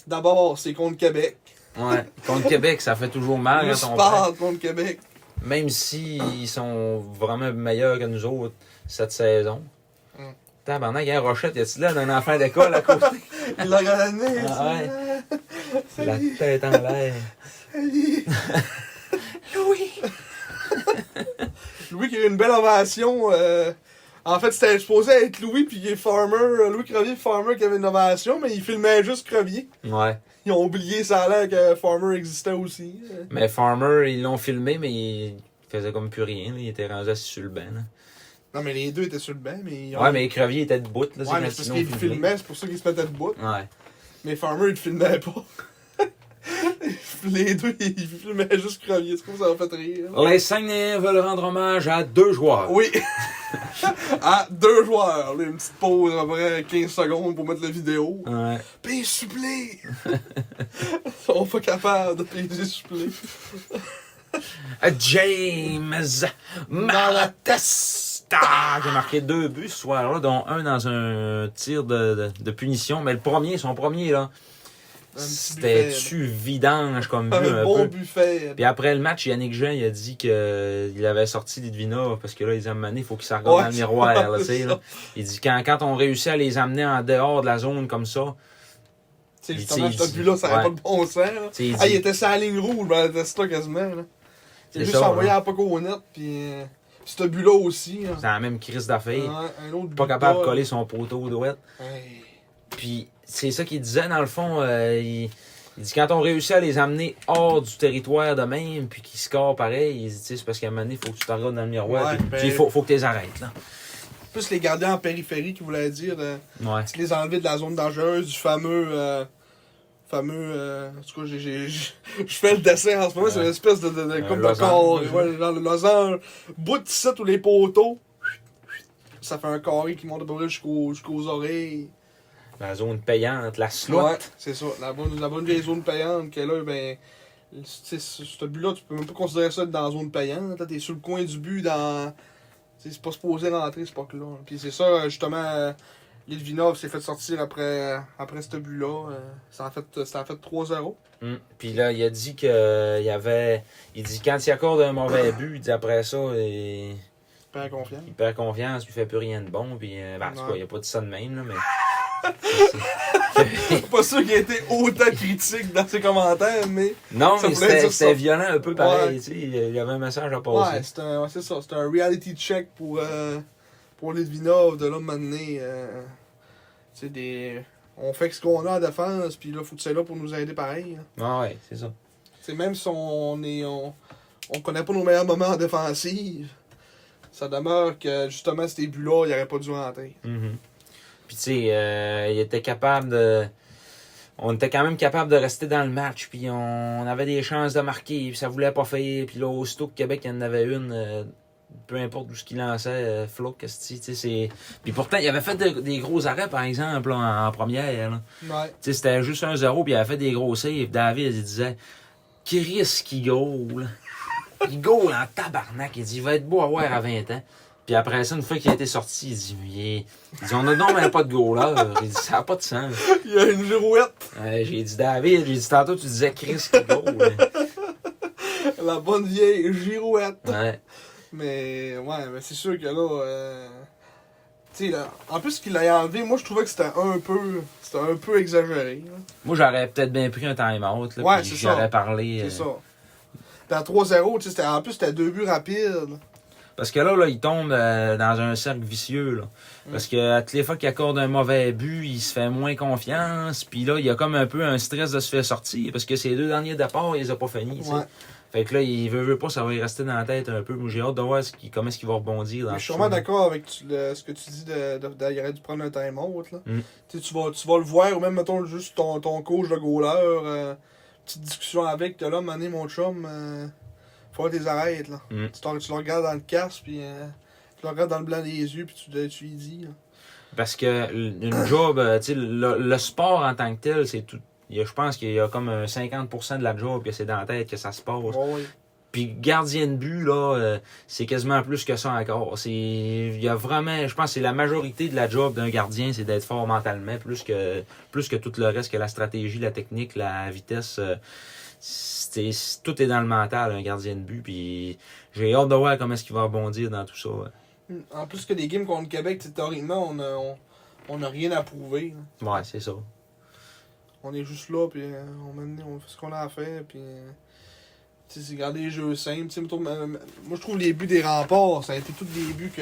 D'abord, c'est contre Québec.
Ouais. Contre Québec, ça fait toujours mal
Le
quand on perd.
sport contre Québec.
Même si ils sont vraiment meilleurs que nous autres cette saison. Tabarnak, il y a Rochette, y a-t-il là d'un enfant d'école à côté?
Il l'a regardé.
Ah
ouais.
La
Salut.
tête en l'air.
Salut.
Oui!
Louis qui a eu une belle ovation. euh, En fait, c'était supposé être Louis puis Farmer, euh, Louis Crevier Farmer qui avait une ovation, mais il filmait juste Crevier.
Ouais.
Ils ont oublié ça a l'air que Farmer existait aussi. euh.
Mais Farmer, ils l'ont filmé, mais il faisait comme plus rien. là. Il était rendu assis sur le banc. là.
Non, mais les deux étaient sur le banc, mais. ils ont-
Ouais, mais Crevier était debout. Là,
Ouais, mais c'est parce
quand
qu'il
ils l'ont filmé.
filmait, c'est pour ça qu'il se mettait debout.
Ouais.
Mais Farmer, il le filmait pas. les deux, ils filmaient juste Crevier. C'est comme ça m'a fait rire.
Oh, Les Saguenayens veulent rendre hommage à deux joueurs.
Oui! à deux joueurs, là, une petite pause après 15 secondes pour mettre la vidéo.
Ouais.
Pays supplé! On pas capable de payer supplé.
James Malatesta qui a marqué deux buts ce soir-là, dont un dans un tir de, de- de punition. Mais le premier, son premier, là,
Un petit
c'était-tu vidange comme but
Un
un
bon
peu?
buffet.
Puis après le match, Yannick Jean, il a dit que euh, il avait sorti Lidvina parce que là, les amener, il faut qu'ils s'en regardent
Ouais,
dans le miroir. Là, tu sais,
c'est
là. Il dit quand, quand on réussit à les amener en dehors de la zone comme ça,
Tu sais,
il-
justement,
il-
ce but-là, ça n'avait
ouais.
pas de bon sens. là.
tu sais, il dit,
Ah, il était sur la ligne rouge, ben, c'était ça quasiment. là. Il
c'est
a juste
ça,
envoyé
là.
à Paco au net, puis euh, puis ce but-là aussi. là.
c'est la même crise d'affaires.
Ah, Ouais, un autre
Pas
but
capable de
bas,
coller son poteau aux douettes.
là. Hey.
Puis c'est ça qu'il disait dans le fond. euh, il, il dit quand on réussit à les amener hors du territoire de même, puis qu'ils scorent pareil, il dit tu sais, c'est parce qu'à un moment donné, faut que tu t'en regardes dans le miroir.
Ouais,
puis-
ben-
puis il faut, faut que tu les arrêtes. Là.
Plus les garder en périphérie, qui voulait dire euh,
Ouais.
tu les enlever de la zone dangereuse du fameux. euh, fameux. euh, en tout cas, j'ai- j'ai- j'ai- je fais le dessin en ce moment, c'est une
Ouais.
espèce de. de, de-
Un
comme de
losange.
corps. Ouais, genre le losange. Bout de site ou les poteaux. Ça fait un carré qui monte à peu près jusqu'aux jusqu'aux oreilles.
Dans la zone payante, la slot.
Ouais, c'est ça. La bonne, la bonne vieille zone payante qui est là, ben. tu sais, Ce ce but-là, tu peux même pas considérer ça dans la zone payante. là. T'es sur le coin du but dans. tu sais, C'est pas supposé rentrer ce puck-là. là. Puis c'est ça, euh, justement, euh, Litvinov s'est fait sortir après, euh, après ce but-là. euh, Ça a fait, ça a fait 3-0.
Mm. Puis là, il a dit que euh, il y avait. Il dit quand il accorde un mauvais but, il dit après ça, il,
Super confiant.
il perd confiance, puis il fait plus rien de bon. Puis, euh, ben, en tout cas,
Ouais.
il n'y a pas dit ça de même, là, mais.
pas sûr qu'il ait été autant critique dans ses commentaires, mais.
non,
Ça
mais
voulait dire
c'était
ça.
c'était violent un peu pareil,
Ouais.
tu sais. Il y avait un message à passer.
Ouais, c'est un- ouais, c'est ça. C'est un reality check pour, euh, pour Litvinov de là maintenant. Euh, tu sais, des... On fait ce qu'on a en défense, puis là, faut que c'est là pour nous aider pareil. hein.
Ah ouais, c'est ça.
Tu sais, même si on est on, on connaît pas nos meilleurs moments en défensive, ça demeure que justement ces buts-là, il aurait pas dû rentrer.
Mhm. Puis tu sais, euh, il était capable de. On était quand même capable de rester dans le match, puis on avait des chances de marquer, puis ça voulait pas faire. Puis là, aussitôt que Québec il y en avait une, euh, peu importe où ce qu'il lançait, euh, Flo, qu'est-ce que tu sais, c'est. Puis pourtant, il avait fait de- des gros arrêts, par exemple, en, en première. là.
Ouais.
Tu sais, c'était juste 1-0, puis il avait fait des gros saves. David, il disait Chris qui goal. Il goal en tabarnak. Il dit Il va être beau à voir à 20 ans. Puis après ça, une fois qu'il a été sorti, il dit Mais il est- il dit, On a non, mais pas de goaler. Il dit Ça n'a pas de sens.
Il y a une girouette,
Euh, j'ai dit David, j'ai dit Tantôt, tu disais Chris qui goal.
la bonne vieille girouette.
Ouais.
Mais ouais, mais c'est sûr que là, euh, tu sais là, en plus qu'il l'a enlevé, moi je trouvais que c'était un peu, c'était un peu exagéré. là.
Moi, j'aurais peut-être bien pris un time-out. Là,
Ouais,
puis
c'est ça.
j'aurais parlé. euh,
C'est ça. Puis à 3-0, tu sais, c'était- en plus c'était deux buts rapides.
Parce que là, là il tombe euh, dans un cercle vicieux. Là.
Mm.
Parce que à toutes les fois qu'il accorde un mauvais but, il se fait moins confiance. Puis là, il y a comme un peu un stress de se faire sortir. Parce que ses deux derniers départs, il les a pas finis. tu sais.
Ouais.
Fait que là, il veut, veut pas, ça va y rester dans la tête un peu. Moi, j'ai hâte de voir ce qui- comment est-ce qu'il va rebondir. Dans
Mais je suis
tout
vraiment
ça.
d'accord avec tu- le- ce que tu dis de, de, de- il aurait dû prendre un time out là.
Mm.
Tu sais, Tu vas tu vas le voir ou même mettons juste ton, ton coach de goaler euh, petite discussion avec de là mané mon chum euh, faut avoir des arrêtes là.
Mm.
Tu, t'en- tu le regardes dans le casque puis euh, tu le regardes dans le blanc des yeux puis tu, tu lui dis là.
Parce que l- une job, euh, tu sais, le, le sport en tant que tel, c'est tout. il y a- Je pense qu'il y a comme un 50% de la job que c'est dans la tête que ça se passe.
Ouais, ouais.
Puis gardien de but, là, euh, c'est quasiment plus que ça encore. C'est. Il y a vraiment. Je pense que c'est la majorité de la job d'un gardien, c'est d'être fort mentalement, plus que plus que tout le reste, que la stratégie, la technique, la vitesse. euh, c'est- c'est- tout est dans le mental, un gardien de but. Puis j'ai hâte de voir comment est-ce qu'il va rebondir dans tout ça. ouais.
Mm. En plus que les games contre Québec, tu sais, théoriquement, on n'a on, on a rien à prouver. là.
Ouais, c'est ça.
On est juste là, puis euh, on, mène- on fait ce qu'on a à faire, puis... euh, tu sais, c'est garder les jeux simples. Tu sais, mettons, euh, moi, je trouve les buts des remparts, ça a été tous des buts que...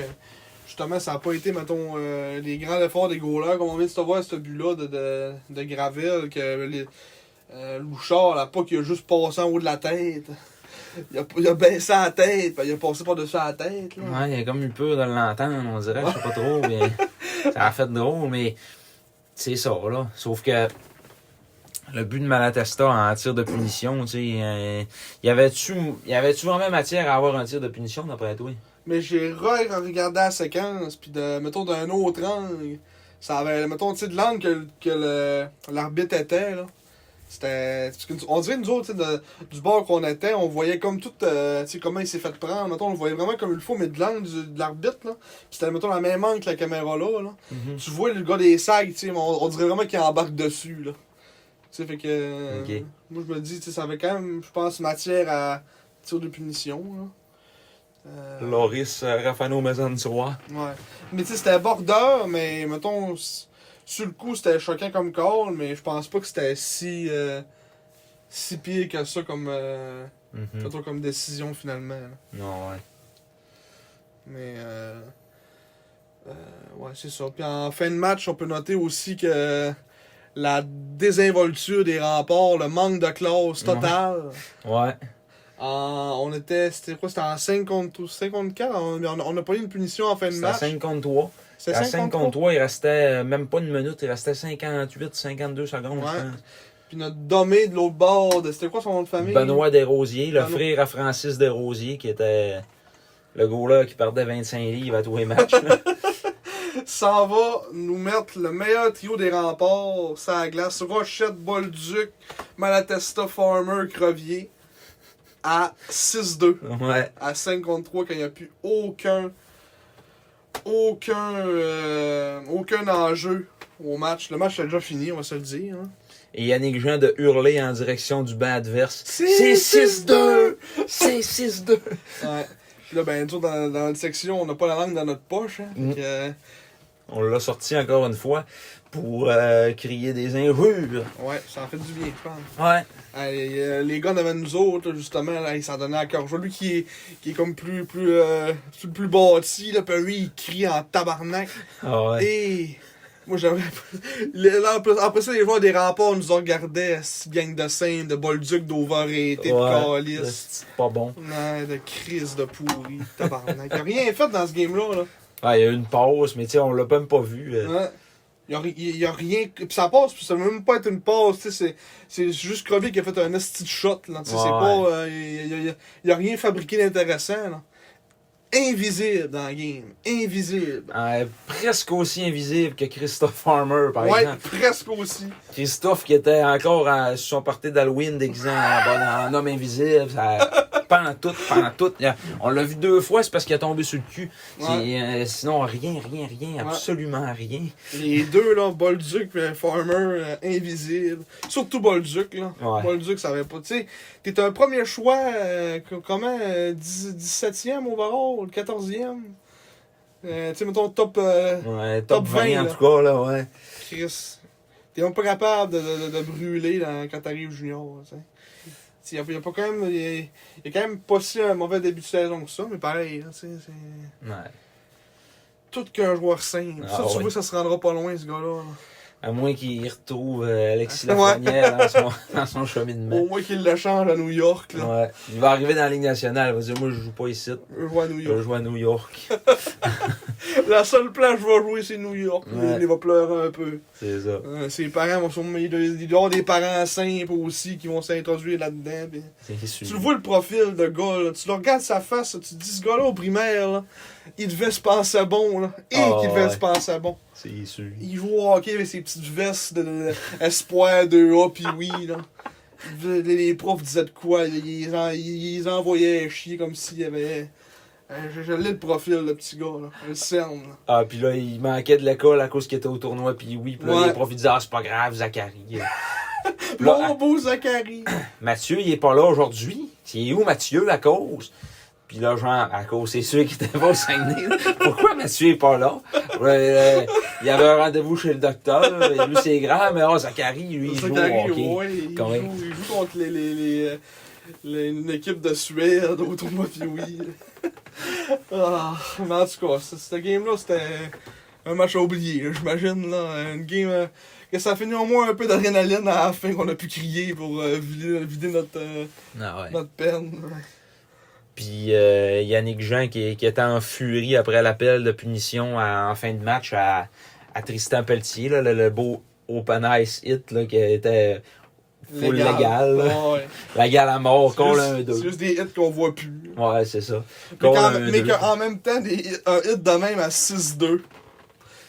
Justement, ça n'a pas été, mettons, euh, les grands efforts des goalers, comme on vient de se voir ce but-là de, de, de Gravel, que les, euh, Louchard, la pas il a juste passé en haut de la tête. Il a, il a baissé la tête, puis il a passé par-dessus la tête. Là.
Ouais, il y a comme eu peur de l'entendre, on dirait, je sais pas trop, mais ça a fait drôle, mais c'est ça, là. Sauf que le but de Malatesta en tir de punition, tu sais, euh, y avait-tu y avait-tu vraiment matière à avoir un tir de punition d'après toi?
Mais j'ai re regardé la séquence, puis de, mettons, d'un autre angle, ça avait, mettons, tu sais, de l'angle que, que le- l'arbitre était, là. C'était. parce que nous- On dirait, nous autres, tu sais, de- du bord qu'on était, on voyait comme tout, euh, tu sais, comment il s'est fait prendre. Mettons, on le voyait vraiment comme il faut, mais de l'angle du- de l'arbitre, là. Puis c'était, mettons, la même angle que la caméra là, là. Tu vois le gars des sacs, tu sais, mais on, on dirait vraiment qu'il embarque dessus, là. Tu sais, fait que. euh,
Ok.
Moi, je me dis, tu sais, ça avait quand même, je pense, matière à tir de punition, là. Euh,
Loris Rafano Maison-Roi.
Ouais. Mais tu sais, c'était border, mais mettons, s- sur le coup, c'était choquant comme call, mais je pense pas que c'était si, euh, si pire que ça comme, euh,
Mm. Mhm.
mettons, comme décision finalement. là.
Non, ouais.
Mais euh, euh, ouais, c'est ça. Puis en fin de match, on peut noter aussi que la désinvolture des remparts, le manque de classe total.
Ouais.
En- on était, c'était quoi C'était en 5 contre 5 contre 4 On on- on a pas eu une punition en fin de
C'était à
match.
5 contre 3.
C'était
à
5 contre 3.
3, il restait euh, même pas une minute, il restait 58, 52 secondes,
Ouais.
je pense.
Puis notre domé de l'autre bord, de- c'était quoi son nom de famille?
Benoît Desrosiers, le
Benoît.
frère à Francis Desrosiers, qui était le gars-là qui perdait 25 livres à tous les matchs. là.
S'en va nous mettre le meilleur trio des remparts, ça la glace. Rochette, Bolduc, Malatesta, Farmer, Crevier. À 6-2.
ouais.
À 5 contre 3, quand il n'y a plus aucun. Aucun. euh, aucun enjeu au match. Le match est déjà fini, on va se le dire. hein.
Et Yannick Jean de hurler en direction du banc adverse.
C'est
C'est
6-2!
6-2! C'est 6-2!
Ouais. Puis là, ben, nous autres, dans, dans notre section, on n'a pas la langue dans notre poche. Hein. Fait
Mm.
que, euh,
On l'a sorti encore une fois pour euh, crier des injures.
ouais, ça en fait du bien, je pense.
Ouais.
Hey, euh, les gars devant nous autres, là, justement, là, ils s'en donnaient à cœur joie. Lui qui est, qui est comme plus, plus, euh, plus, plus bâti, là, puis lui, il crie en tabarnak.
Ah ouais.
Et moi, j'avais. Le- là, après, après ça, les joueurs des remparts nous ont regardé, cette gang de scène, de Bolduc, d'Overrated, de
Ouais. Là,
Calis.
c'est pas bon.
Non, de crise de pourri, tabarnak. Ils ont rien fait dans ce game-là, là.
Ouais, il y a eu une pause, mais tu sais, on l'a même pas vu. euh.
Hein? Il n'y a, rien. Puis ça passe, puis ça ne même pas être une passe. tu sais, C'est c'est juste Crevier qui a fait un esti de shot. Là, tu sais, C'est
Ouais.
pas. Il n'y a, rien fabriqué d'intéressant. là. Invisible dans le game. Invisible.
Euh, presque aussi invisible que Christophe Farmer, par
ouais,
exemple.
presque aussi.
Christophe qui était encore à sur son party d'Halloween déguisé en, en- en homme invisible, ça, pendant tout, pendant tout. Il a- On l'a vu deux fois, c'est parce qu'il a tombé sur le cul. C'est, euh, sinon, rien, rien, rien,
Ouais.
absolument rien.
Les deux, là, Bolduc et Farmer, euh, invisible. Surtout Bolduc, là.
Ouais.
Bolduc, ça avait pas. Tu sais, t'es un premier choix, euh, co- comment, euh, 10 17e overall, 14e. Euh, tu sais, mettons, top. euh,
Ouais, top,
Top
20,
20,
en
là.
tout cas, là, ouais.
Chris, t'es même pas capable de, de, de- de brûler dans- quand t'arrives junior. hein, Il y, a- y a pas quand même. Y a, y a quand même pas si un mauvais début de saison que ça, mais pareil, hein, t'sais, c'est.
Ouais.
Tout qu'un joueur simple.
Ah,
ça, tu
oui.
vois, ça se rendra pas loin, ce gars-là.
À moins qu'il retrouve euh, Alexis
Ouais.
Lafrenière dans, son, dans son cheminement.
Au moins qu'il le change à New York, Oh, là.
Ouais. Il va arriver dans la Ligue nationale, il va dire Moi, je joue pas ici,
Je joue à New
je vais
York.
jouer à New York.
La seule place où je vais jouer, c'est New York.
Euh. Ouais.
Il va pleurer un peu.
C'est ça.
Euh, ses parents vont sûrement. Il doit il doit y avoir des parents simples aussi qui vont s'introduire là-dedans. pis-
C'est
Tu le vois le profil de gars, là. tu le regardes sa face, là. tu te dis ce gars-là au primaire, là, il devait se penser bon, là. Et
Ah,
qu'il devait
ouais.
se penser bon.
C'est sûr.
Il joue au hockey avec ses petites vestes de, de- de- espoir 2A puis oui, là. Les, les profs disaient de quoi, ils, ils en- ils- ils envoyaient chier comme s'il y avait. Euh, Je, je l'ai le profil, le petit gars, là. Le cerne, là.
Ah, puis là, il manquait de l'école à cause qu'il était au tournoi, puis oui, puis là,
Ouais.
les profs ils disaient, ah, c'est pas grave, Zachary. Là, ah,
Mon beau Zachary!
Mathieu, il est pas là aujourd'hui. C'est où Mathieu à cause? Puis là, genre, à cause, c'est sûr qu'il était pas au Saguenay. Pourquoi Mathieu est pas là? Euh, il avait un rendez-vous chez le docteur. Et lui, c'est grave, mais oh, Zachary, lui, il
C'est ça
joue au
qui arrive,
hockey.
ouais, il, joue,
Correct.
il joue contre les, les, les, euh, les- une équipe de Suède au tournoi Pioui. ah, mais en tout cas, ce- cette game-là, c'était un match à oublier, là, j'imagine. là, Une game euh, que ça a fini au moins un peu d'adrénaline à la fin qu'on a pu crier pour euh, vider, vider notre, euh,
Ah, ouais.
notre peine.
Puis euh, Yannick Jean qui, qui était en furie après l'appel de punition à- en fin de match à, à Tristan Pelletier, là, le, le beau open ice hit là, qui était full légal. là.
Ouais, ouais.
Légal à mort,
C'est
contre
juste-
un
C'est
2.
juste des hits qu'on voit plus.
Ouais, c'est ça.
Mais,
Contre
qu'en-
un
mais
deux.
qu'en même temps, des hits- un hit de même à 6-2.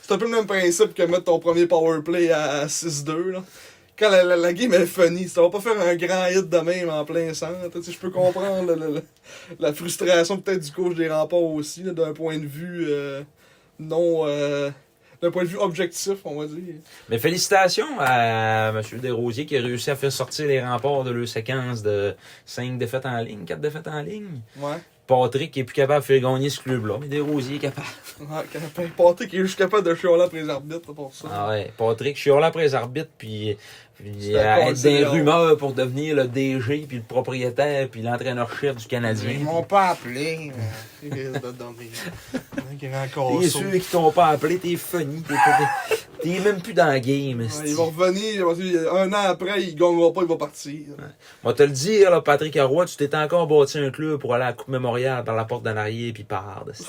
C'est un peu le même principe que mettre ton premier power play à à 6-2. là. Quand la, la- la game est funny, ça va pas faire un grand hit de même en plein centre. Tu sais, Je peux comprendre le- le- le- la frustration peut-être du coach des remparts aussi, là, d'un point de vue euh, non. euh, d'un point de vue objectif, on va dire.
Mais félicitations à M. Desrosiers qui a réussi à faire sortir les remparts de leur séquence de 5 défaites en ligne, 4 défaites en ligne.
Ouais.
Patrick qui est plus capable de faire gagner ce club-là. Mais Desrosiers est capable.
Ouais, quand Patrick est juste capable de chialer après les arbitres pour ça.
Ah ouais, Patrick, je suis là après les arbitres, puis, puis
C'est un
à être
conseil,
des
on-
rumeurs pour devenir le DG, puis le propriétaire, puis l'entraîneur-chef du Canadien.
Ils m'ont pas appelé. mais Ils risquent de dormir. Il y a encore
T'es sûr qu'ils t'ont pas appelé, t'es funny, t'es- t'es- t'es t'es même plus dans la game. esti.
Ils vont revenir, parce que un an après, il gagnera pas, il va partir.
Moi, te le dire, là, Patrick Arroy, tu t'es encore bâti un club pour aller à la Coupe Mémoriale par la porte d'en arrière, puis par. esti.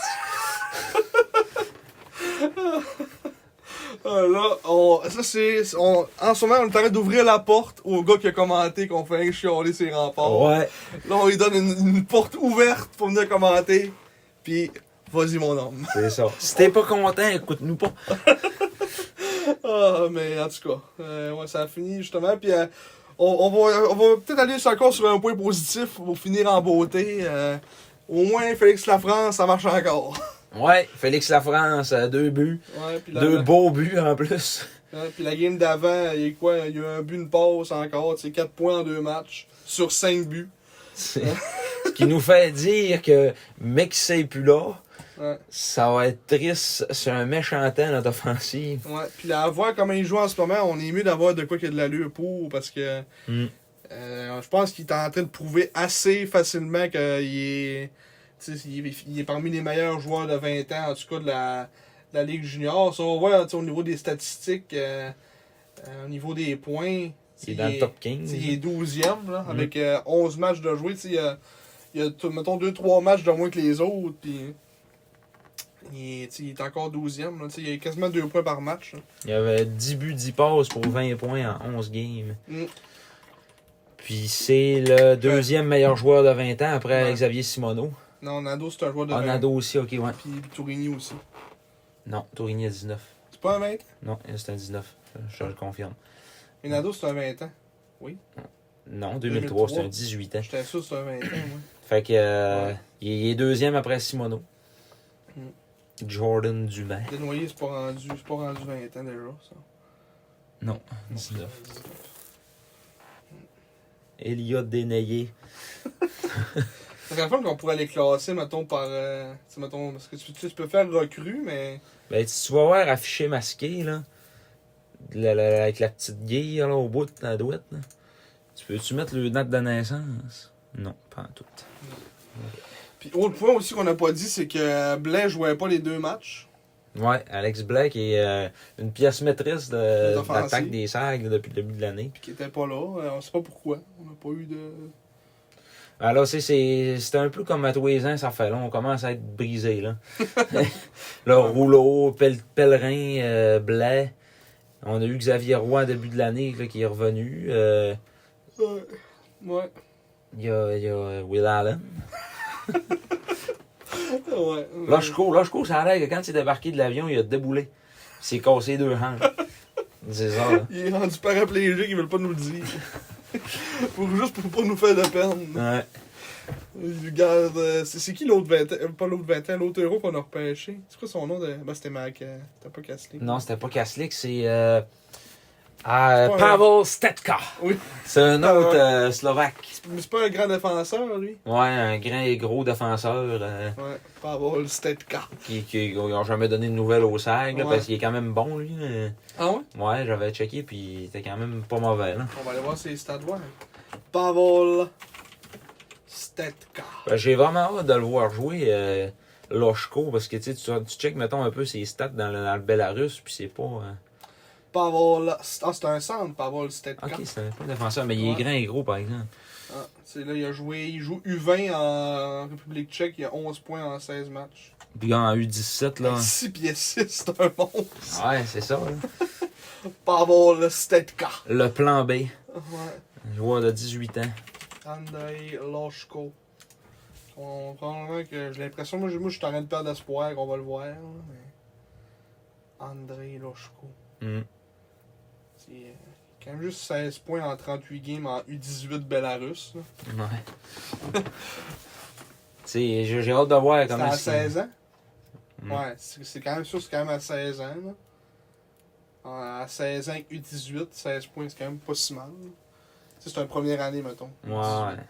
Ah, là, on, ça c'est. on- en ce moment, on est en train d'ouvrir la porte au gars qui a commenté qu'on fait un chialer ses remparts.
Ouais.
Là, on lui donne une, une porte ouverte pour venir commenter. Puis, vas-y mon homme.
C'est ça. Si t'es pas content, écoute-nous pas.
Ah, mais en tout cas, euh, ouais, ça a fini justement. Puis euh, on, on va, on va peut-être aller sur- encore sur un point positif pour finir en beauté. euh, au moins, Félix Lafrance, ça marche encore.
Ouais, Félix Lafrance, euh, deux buts.
Ouais, puis la,
Deux beaux buts en plus.
ouais, Hein, puis la game d'avant, il y a eu quoi Il y a eu un but, une passe encore. C'est 4 points en deux matchs sur 5 buts.
C'est- Ce qui nous fait dire que mec c'est plus là,
Ouais,
ça va être triste. C'est un méchant temps, notre offensive.
ouais. Puis la voir comment il joue en ce moment, on est mieux d'avoir de quoi qu'il y a de l'allure pour parce que.
Mm.
Euh, je pense qu'il est en train de prouver assez facilement qu'il est, tu sais, il est, il est parmi les meilleurs joueurs de 20 ans, en tout cas de la, de la Ligue Junior. Ça, on va voir tu sais, au niveau des statistiques, euh, euh, au niveau des points.
Il
tu sais,
est dans le top 15.
tu sais, Il est 12e, là, avec euh, 11 matchs de jouer. tu sais, Il y a, il y a, tout- mettons, 2-3 matchs de moins que les autres. Puis, il, est, tu sais, il est encore 12e. Là, tu sais, il y a quasiment 2 points par match. là.
Il y avait 10 buts, 10 passes pour 20 points en 11 games.
Mm.
Puis c'est le deuxième meilleur joueur de 20 ans après
Ouais.
Xavier Simoneau.
Non, Nando, c'est un joueur de 20
Ronaldo aussi, ok, ouais.
Puis Tourigny aussi.
Non, Tourigny a 19.
C'est pas un 20
Non, c'est un 19. Je te le confirme.
Mais Nando, c'est un 20 ans.
Non, 2003, c'est un
2003.
18 ans.
J'étais sûr que c'était un 20 ans, moi.
Fait que euh,
Ouais.
il est- il est deuxième après Simoneau.
Mm.
Jordan Dumas.
Desnoyers, c'est pas rendu, c'est pas rendu 20 ans déjà, ça.
19. Eliot Dénayé.
Ça serait fun qu'on pourrait les classer, mettons, par. Euh, tu sais, mettons, parce que tu, tu peux faire recrue, mais.
Ben, tu tu vas voir affiché masqué, là. La- la- avec la petite guille, là, au bout de ta douette, là. Tu peux-tu mettre le date de naissance? Non, pas en tout.
Puis, autre point aussi qu'on n'a pas dit, c'est que Blais jouait pas les deux matchs.
Ouais, Alex Black est euh, une pièce maîtresse
Des
de, de
offensives.
l'attaque des Sagres depuis le début de l'année.
Puis, qui était pas là. Euh, on sait pas pourquoi. On n'a pas eu de.
Alors, c'est, c'est, c'est un peu comme à tous les ans, ça fait long, on commence à être brisé, là. le rouleau, Pel- pèlerin, euh, Blais. On a eu Xavier Roy en début de l'année là, qui est revenu. Euh,
Ouais. Ouais.
Il y, a, il y a euh, Will Allen.
Ouais.
Loshko, Loshko, ça a l'air que quand il est débarqué de l'avion, il a déboulé. Il s'est cassé deux hanches. C'est ça, hein. là.
Il est rendu paraplégique, ils veulent pas nous le dire. pour, juste pour pas nous faire de peine.
Ouais.
Il garde. euh, c'est c'est qui l'autre 20 ans- euh, Pas l'autre 20 ans, l'autre euro qu'on a ben, repêché. C'est quoi son nom de. Bah, c'était Mac. euh, C'était pas Castley.
Non, c'était pas Kaslik, c'est. euh, Ah,
Ouais, ouais.
Pavel Stetka.
Oui.
C'est un
Ah,
autre
ouais.
euh, Slovaque.
Mais c'est pas un grand défenseur, lui.
Ouais, un grand et gros défenseur euh,
Ouais. Pavel Stetka.
qui, qui ils ont jamais donné de nouvelles au SAG, là,
Ouais.
parce qu'il est quand même bon, lui. euh.
Ah ouais?
Ouais, j'avais checké, puis il était quand même pas mauvais. Là.
On va aller voir ses stats voir. Pavel Stetka.
Ben, J'ai vraiment hâte de le voir jouer, euh, Loshko, parce que tu, sais, tu tu checkes, mettons, un peu ses stats dans le, dans le Belarus, puis c'est pas... euh,
Pavel. Ah, c'est un centre, Pavel Stetka.
Ok, c'est un peu défenseur, mais il est
Ouais.
grand et gros, par exemple.
Ah, c'est là, il a joué. Il joue U20 en République tchèque. Il a 11 points en 16 matchs.
Puis en U17, là...
6 pieds 6, Ben, c'est un monstre.
Ouais, c'est ça. là.
Pavel Stetka.
Le plan B,
Ouais.
joueur de 18 ans.
Andrei Loshko. On probablement que j'ai l'impression, moi, je- moi je suis en train de perdre espoir qu'on va le voir. là, mais... Andrei Loshko.
Hmm.
C'est euh, quand même juste 16 points en 38 games en U18 Belarus. là.
Ouais. tu sais, j'ai j'ai hâte de voir
C'était
comment
à
c'est-
16 ans?
Mm.
Ouais, c'est c'est quand même sûr, c'est quand même à 16 ans. Là. En- À 16 ans, avec U18, 16 points, c'est quand même pas si mal. là. Tu sais, C'est un première année, mettons.
Ouais, ouais.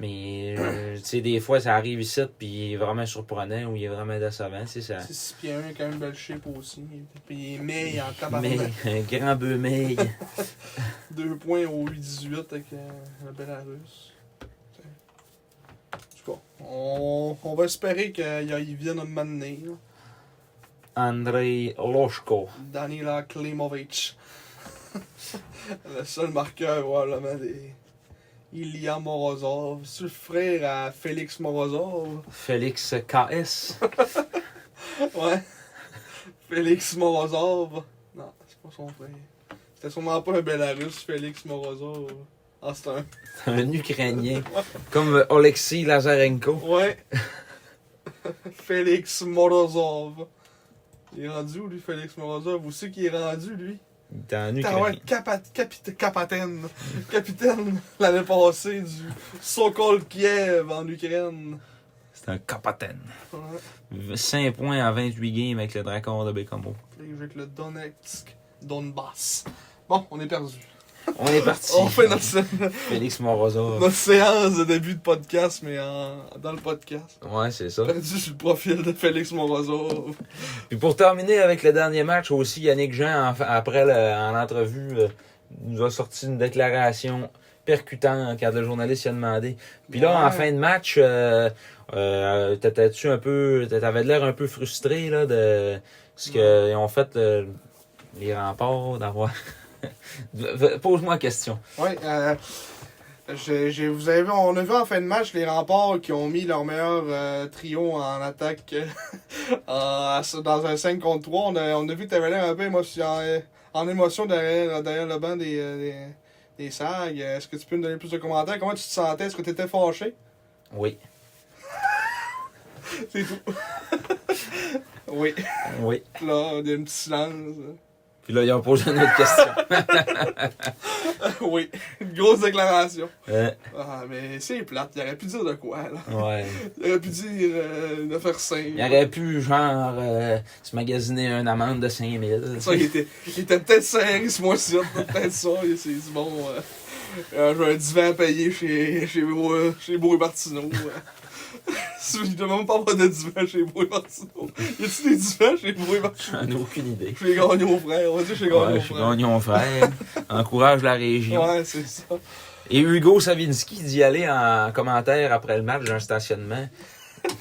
Mais, euh, tu sais, des fois, ça arrive ici, puis il est vraiment surprenant ou il est vraiment décevant, c'est ça.
C'est 6 pieds 1, quand même belle shape aussi. Puis il est meille en
Mais,
tabarnak.
un grand beumeil.
2 points au U18 avec euh, le Belarus. Tu sais. En tout cas, on, on va espérer qu'il vienne un moment donné. là.
Andrei Loshko.
Danila Klimovic. le seul marqueur, probablement, des Ilya Morozov. C'est le frère à Félix Morozov.
Félix KS.
Ouais. Félix Morozov. Non, c'est pas son frère. C'était sûrement pas un Bélarus, Félix Morozov. Ah, c'est un.
un Ukrainien. Comme Oleksiy Lazarenko.
Ouais. Félix Morozov. Il est rendu où, lui, Félix Morozov? Où c'est qu'il est rendu, lui?
Il est en
T'as Ah ouais,
Ukraine.
capa- capita- capitaine. Capitaine l'année passée du Sokol Kiev en Ukraine.
C'est un capitaine.
Ouais.
5 points en 28 games avec le Drakkar de Bécamo.
Puis avec le Donetsk, Donbass. Bon, on est perdu.
On est parti.
On fait notre, sé-
Félix Morozov.
notre séance de début de podcast, mais en- dans le podcast.
Ouais, c'est ça.
Perdu sur le profil de Félix Morozov.
Puis pour terminer avec le dernier match aussi, Yannick Jean, en- après le- en entrevue, euh, nous a sorti une déclaration percutante quand le journaliste lui a demandé. Puis là, en
Ouais.
fin de match, euh, euh, t'étais-tu un peu. T'avais l'air un peu frustré là, de ce qu'ils ont fait euh, les remparts d'avoir. Pose-moi la question.
Ouais, euh, j'ai- j'ai- vous avez vu, on a vu en fin de match les remparts qui ont mis leur meilleur euh, trio en attaque euh, en- dans un 5 contre 3. On a, on a vu que t'avais l'air un peu émotion, en, en émotion derrière, derrière le banc des, euh, des, des SAG. Est-ce que tu peux me donner plus de commentaires? Comment tu te sentais? Est-ce que tu étais fâché?
Oui.
C'est tout. oui.
Oui.
Là, il y a un petit silence.
Puis là, ils ont posé une autre question.
oui. Une grosse déclaration.
Euh,
Ah, mais c'est plate. Il aurait pu dire de quoi, là.
ouais.
Il aurait pu dire euh, une affaire simple.
Il aurait pu, genre, euh, se magasiner une amende de 5000.
Ça, il était, il était peut-être serré ce mois-ci, peut-être ça. Il s'est dit, bon, euh, euh, j'ai un divan à payer chez, chez, Beau- chez Beau et Martineau. euh. il ne même pas avoir de divan chez Beau et Martineau. Y a-tu des divans chez Beau et Martineau?
J'en ai aucune idée.
Chez Gagnon Frère, on va dire chez Gagnon
Ah, Ouais, je suis
Frère.
Gagnon Frère. Encourage la région.
Ouais, c'est ça.
Et Hugo Savinski d'y aller en commentaire après le match d'un stationnement.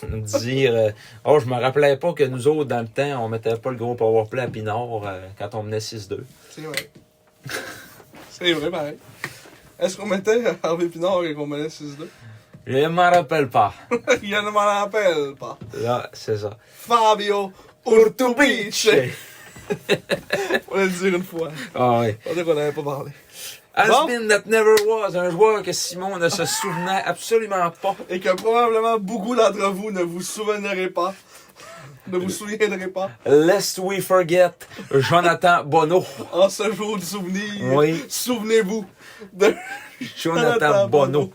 dire euh, Oh, je me rappelais pas que nous autres, dans le temps, on mettait pas le gros powerplay à Pinard euh, quand on menait 6-2.
C'est vrai. C'est vrai, pareil. Est-ce qu'on mettait Harvey Pinard et qu'on menait 6-2?
Je m'en rappelle pas.
il ne m'en rappelle pas.
Là, c'est ça.
Fabio Urtubice! On va le dire une fois.
Ah ouais.
On dirait qu'on n'avait pas parlé.
Asbin that never was, un joueur que Simon ne se souvenait absolument pas.
Et que probablement beaucoup d'entre vous ne vous souvenirez pas. Ne vous souviendrez pas.
Lest we forget Jonathan Bono.
En ce jour du souvenir,
Oui.
souvenez-vous de
Jonathan Bono.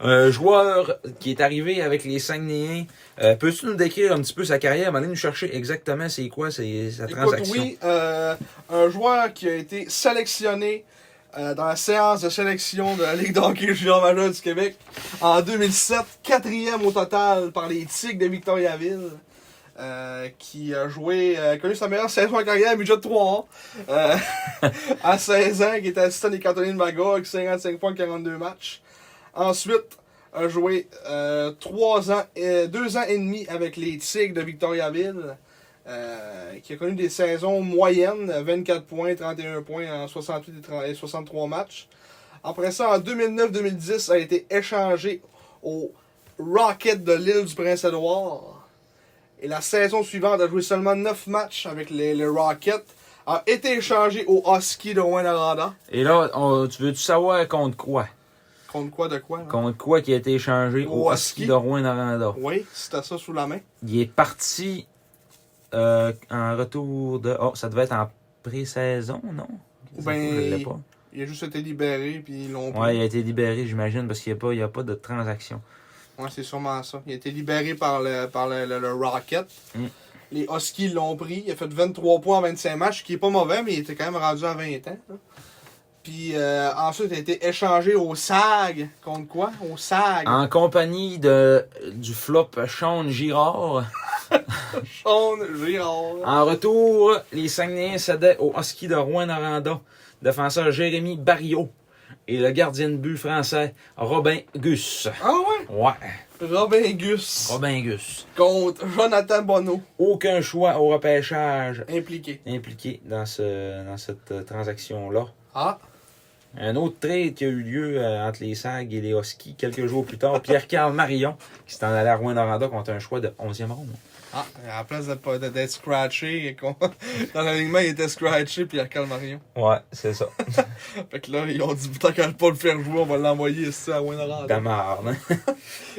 Un joueur qui est arrivé avec les Saguenayens. Euh, Peux-tu nous décrire un petit peu sa carrière? Allez nous chercher exactement c'est quoi c'est- sa
Écoute,
transaction.
oui, euh, un joueur qui a été sélectionné euh, dans la séance de sélection de la Ligue d'hockey junior majeur du Québec en 2007, quatrième au total par les Tigres de Victoriaville. euh, qui a joué, euh, connu sa meilleure saison en carrière, à budget de 3 ans, euh, à 16 ans, qui était assistant des cantonniers de Magog, avec 55 points, en 42 matchs. Ensuite, a joué euh, 3 ans, euh, 2 ans et demi avec les Tigres de Victoriaville. Euh, qui a connu des saisons moyennes, 24 points, 31 points en 68 et 30 et 63 matchs. Après ça, en 2009-2010, a été échangé au Rocket de l'île du Prince-Édouard. Et la saison suivante, a joué seulement 9 matchs avec les, les Rocket. A été échangé au Husky de Rwanda.
Et là, on- tu veux-tu savoir contre quoi?
Contre quoi de quoi? là?
Contre quoi qui a été échangé au
Au
Husky
Husky.
de Rouen-Noranda?
Oui, c'était ça sous la main.
Il est parti euh, en retour de... Oh, ça devait être en pré-saison, non?
Ou ben-
Je l'ai pas.
Il a juste été libéré, puis ils l'ont pris.
Ouais, il a été libéré, j'imagine, parce qu'il n'y a, pas- il y a pas de transaction.
Ouais, c'est sûrement ça. Il a été libéré par le, par le, le- le Rocket.
Mm.
Les Huskies l'ont pris. Il a fait 23 points en 25 matchs, ce qui est pas mauvais, mais il était quand même rendu à 20 ans. là. Puis euh, ensuite, il a été échangé au SAG. Contre quoi Au SAG.
En compagnie de, du flop Sean Girard.
Sean Girard.
En retour, les Saguenayens cédaient au Husky de Rouen-Noranda, défenseur Jérémy Barriot et le gardien de but français Robin Gus.
Ah ouais
Ouais,
Robin Gus.
Robin Gus.
Contre Jonathan Bonneau,
Aucun choix au repêchage
impliqué.
impliqué dans, ce, dans cette euh, transaction-là.
Ah,
Un autre trade qui a eu lieu euh, entre les SAG et les Huskies quelques jours plus tard, Pierre-Carl Marion, qui s'est en allé à Rouen-Noranda contre un choix de 11e ronde.
ah, à la place de pas- de- d'être scratché, et qu'on- dans l'alignement, il était scratché, puis il recale Marion.
Ouais, c'est ça.
Fait que là, ils ont dit, tant qu'à pas le faire jouer, on va l'envoyer ici à Winnerland.
Damard, hein?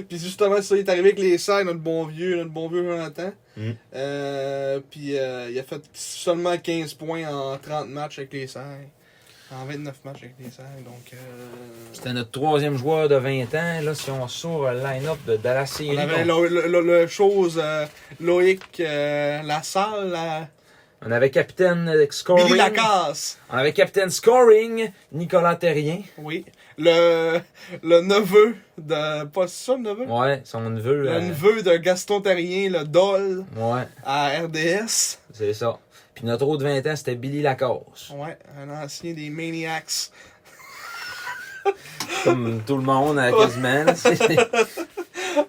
Puis justement, ça, il est arrivé avec les sacs, notre bon vieux, notre bon vieux Jonathan.
Mm.
Euh, puis euh, il a fait seulement 15 points en 30 matchs avec les sacs. En 29 matchs avec les sacs, donc... Euh,
C'était notre troisième joueur de 20 ans. Là, si on sort le line-up de, de la série.
on avait
on-
le, le- le- le chose, euh, Loïc euh, Lassalle, la...
on avait capitaine euh, scoring.
Billy Lacasse.
On avait capitaine scoring, Nicolas Terrien.
Oui. Le, le neveu de... Pas ça, le neveu?
Ouais, son neveu.
Le
euh,
neveu de Gaston Terrien, le Dol,
Ouais,
à RDS.
c'est ça. Puis notre autre 20 ans, c'était Billy Lacoste.
Ouais, un ancien des Maniacs.
Comme tout le monde à quasiment. là, c'est-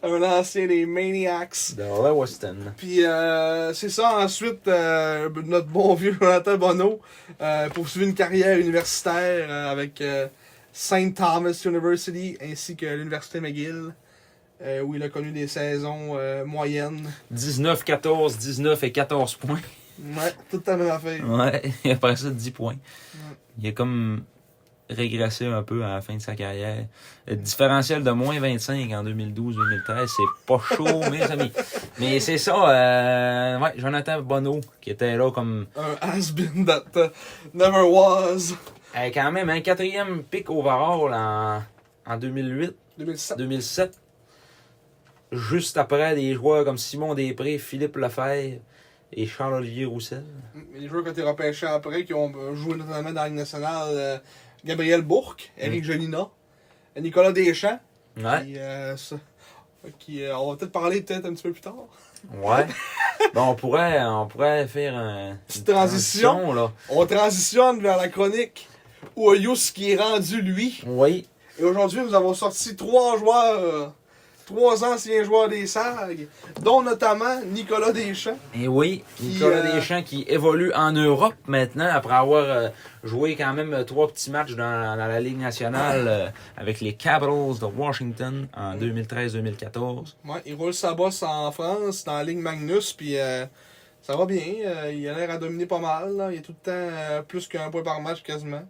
un ancien des Maniacs.
de Lewiston.
Puis euh, c'est ça, ensuite, euh, notre bon vieux Jonathan Bonneau euh, poursuivit une carrière universitaire euh, avec euh, St. Thomas University ainsi que l'Université McGill, euh, où il a connu des saisons euh, moyennes.
19, 14, 19 et 14 points.
Ouais, tout à même affaire.
Ouais, et après ça, 10 points.
Ouais.
Il a comme régressé un peu à la fin de sa carrière. Le différentiel de moins 25 en 2012-2013, c'est pas chaud, mes amis. Mais c'est ça, euh, ouais, Jonathan Bonneau, qui était là comme,
Un has-been that uh, never was.
euh, quand même, un quatrième pick overall en, en 2008,
2007.
2007. Juste après des joueurs comme Simon Després, Philippe Lefebvre et Charles-Olivier Roussel.
Les joueurs qui ont été repêchés après, qui ont euh, joué notamment dans la Ligue nationale, euh, Gabriel Bourque, Eric Jolina, Nicolas Deschamps,
Ouais,
Puis, euh, ça- qui, euh, on va peut-être parler peut-être un petit peu plus tard.
ouais. Bon, on pourrait, on pourrait faire un, une
Petite transition.
là.
On transitionne vers la chronique Oyus qui est rendu lui.
Oui,
Et aujourd'hui, nous avons sorti trois joueurs, euh, trois anciens joueurs des SAG, dont notamment Nicolas Deschamps.
et oui,
Qui,
Nicolas
euh,
Deschamps qui évolue en Europe maintenant après avoir euh, joué quand même euh, trois petits matchs dans, dans la Ligue nationale euh, avec les Capitals de Washington en
Mm-hmm.
2013-2014.
Ouais, il roule sa bosse en France, dans la Ligue Magnus, puis euh, ça va bien. Euh, il a l'air à dominer pas mal. là. Il est tout le temps euh, plus qu'un point par match quasiment.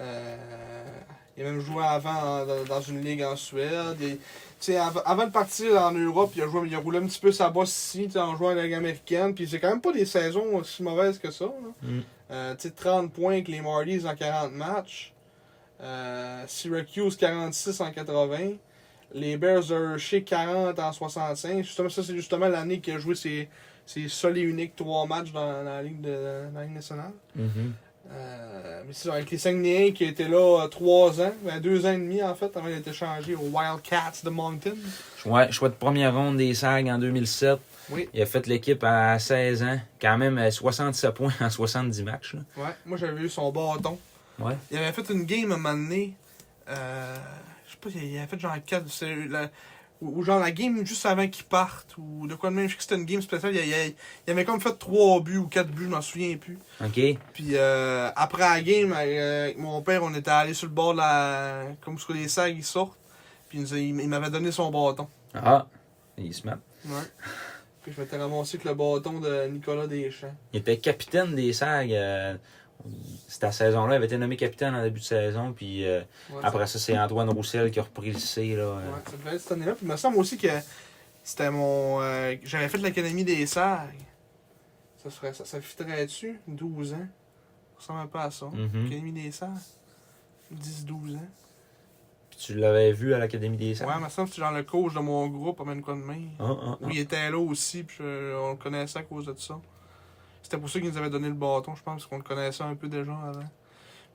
Euh, il a même joué avant en- dans- dans une ligue en Suède. Et, tu sais, av- avant de partir en Europe, il a, joué, il a roulé un petit peu sa bosse ici tu sais, en jouant à la Ligue américaine. Puis c'est quand même pas des saisons aussi mauvaises que ça. là.
Mm.
Euh, tu sais, 30 points avec les Marlies en 40 matchs. Euh, Syracuse 46 en 80. Les Bears de Hershey 40 en 65. Justement, ça, c'est justement l'année qu'il a joué ses, ses seuls et uniques trois matchs dans, la, ligue de, dans la Ligue nationale. Mm-hmm. Euh, mais c'est ça, avec les Saguenayens qui étaient là euh, trois ans, ben deux ans et demi en fait, avant d'être échangé aux Wildcats de Moncton.
Ouais, choix de première ronde des SAG en 2007.
Oui.
Il a fait l'équipe à 16 ans, quand même euh, 67 points en 70 matchs. là.
Ouais, moi j'avais eu son bâton.
Ouais.
Il avait fait une game à un moment donné. Euh, je sais pas, il avait fait genre 4. c'est la- Ou ou genre la game juste avant qu'il parte. Ou de quoi de même. Je sais que c'était une game spéciale. Il, il- il avait comme fait 3 buts ou 4 buts, je m'en souviens plus.
OK.
Puis euh, après la game, euh, avec mon père, on était allé sur le bord de la. Comme sur les sacs, ils sortent. Puis il nous a- il il m'avait donné son bâton.
Ah, il se met.
Ouais. Puis je m'étais ramassé avec le bâton de Nicolas Deschamps.
Il était capitaine des SAG. euh, cette saison-là, il avait été nommé capitaine en début de saison. Puis euh,
Ouais,
après ça, c'est Antoine Roussel qui a repris le C. Là, euh.
Ouais, ça devait être cette année-là. Puis il me semble aussi que c'était mon. euh, J'avais fait l'Académie des Serres. Ça, serait, ça, ça fitterait-tu 12 ans Ça ressemble un peu à ça.
Mhm.
L'Académie des Serres 10-12 ans.
Puis tu l'avais vu à l'Académie des SAG.
Ouais, il me semble que c'est genre le coach de mon groupe, même quoi de main.
Ah, ah, ah.
Où il était là aussi, puis euh, on le connaissait à cause de ça. C'était pour ça qu'il nous avait donné le bâton, je pense, parce qu'on le connaissait un peu déjà avant.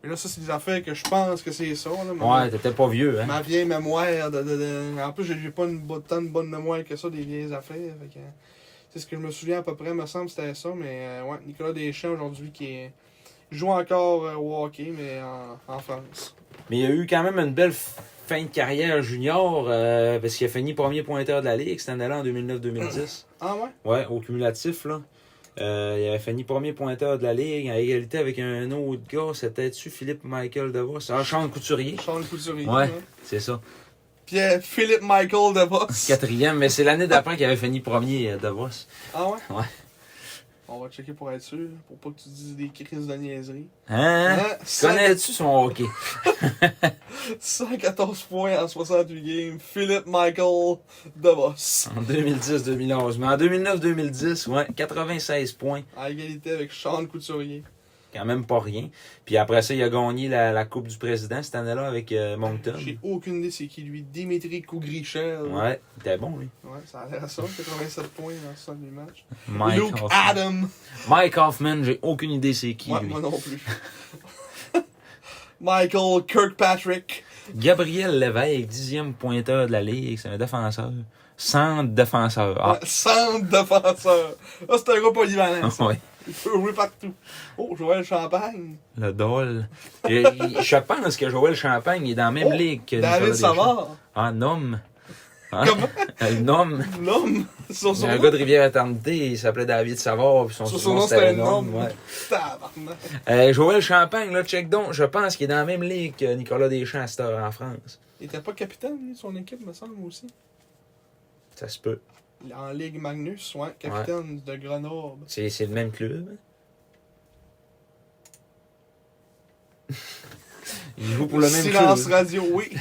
Mais là, ça, c'est des affaires que je pense que c'est ça. Là, mais-
Ouais, t'étais pas vieux, hein?
Ma vieille mémoire. De, de- de- En plus, j'ai j'ai pas une, bo- tant de bonne mémoire que ça des vieilles affaires. fait que, euh, c'est ce que je me souviens à peu près, me semble, c'était ça. Mais euh, ouais, Nicolas Deschamps aujourd'hui qui est- joue encore euh, au hockey, mais en, en France.
Mais il a eu quand même une belle f- fin de carrière junior, euh, parce qu'il a fini premier pointeur de la Ligue cette année-là en 2009-2010.
Ah ouais?
Ouais, au cumulatif, là. Euh, il avait fini premier pointeur de la Ligue à égalité avec un autre gars. C'était-tu Philippe Michael DeVos? Ah, Sean Couturier.
Charles Couturier.
Ouais. C'est ça.
Puis euh, Philippe Michael de Voss.
Quatrième, mais c'est l'année d'après qu'il avait fini premier euh, DeVos.
Ah ouais?
Ouais.
On va checker pour être sûr, pour pas que tu dises des crises de niaiserie.
Hein?
Hein?
Connais-tu son hockey?
114 points en 68 games, Philippe Michael de Voss.
En 2010-2011. Mais en 2009-2010, ouais, 96 points.
À égalité avec Charles Couturier.
Quand même pas rien. Puis après ça, il a gagné la, la Coupe du Président cette année-là avec euh, Moncton.
J'ai aucune idée c'est qui lui. Dimitri Kougrichev.
Ouais, il était bon, lui.
Ouais, ça a l'air ça. 87 points dans 60 du match.
Mike
Luke
Hoffman.
Adam.
Mike Hoffman, j'ai aucune idée c'est qui,
Ouais,
lui.
moi non plus. Michael Kirkpatrick.
Gabriel Lévesque, dixième pointeur de la Ligue, c'est un défenseur. Sans défenseur. Ah,
Ouais, centre défenseur. Ah, c'est un gars polyvalent. ça.
ouais.
Il peut jouer partout. Oh, Joël Champagne.
Le dol. Je, je pense que Joël Champagne est dans la même
Oh,
ligue que Nicolas
David
Deschamps. Ah,
Savard.
Un homme. Hein?
Comment?
Un homme.
L'homme. Sur
C'est
son
un gars de Rivière-Éternité, il s'appelait David Savard, puis son
Sur son
surnom,
nom, c'était un
homme,
homme.
ouais.
Tabarnak.
Euh, Joël Champagne, là, check donc, je pense qu'il est dans la même ligue que Nicolas Deschamps à cette heure en France.
Il était pas capitaine, lui, de son équipe, me semble, aussi.
Ça se peut.
En Ligue Magnus, ouais. Capitaine de Grenoble.
C'est c'est le même club. Il joue pour le même
Silence
club.
radio, oui.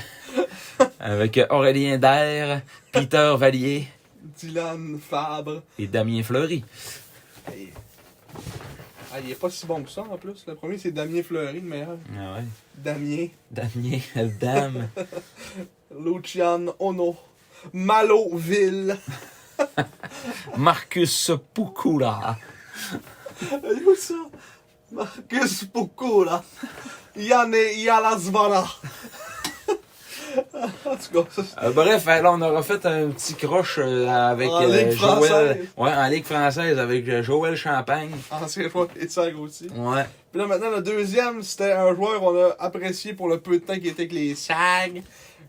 Avec euh, Aurélien Dair, Peter Vallier
Dylan Fabre.
et Damien Fleury.
Hey. Ah, il est pas si bon que ça en plus. Le premier c'est Damien Fleury, le meilleur.
Ah ouais.
Damien.
Damien, le dame.
Lucian Ono. Maloville.
Marcus Poukoula.
Hey, où ça? Marcus Pukula. Yann Yalasvana. en tout cas, ça, c'est-
Euh, bref, là, on aura fait un petit croche euh, avec
En
euh,
Ligue
Joël.
française.
Ouais, en Ligue française avec euh, Joël Champagne.
ancien joueur et Serre aussi.
Ouais.
Puis là, maintenant, le deuxième, c'était un joueur qu'on a apprécié pour le peu de temps qu'il était avec les SAG.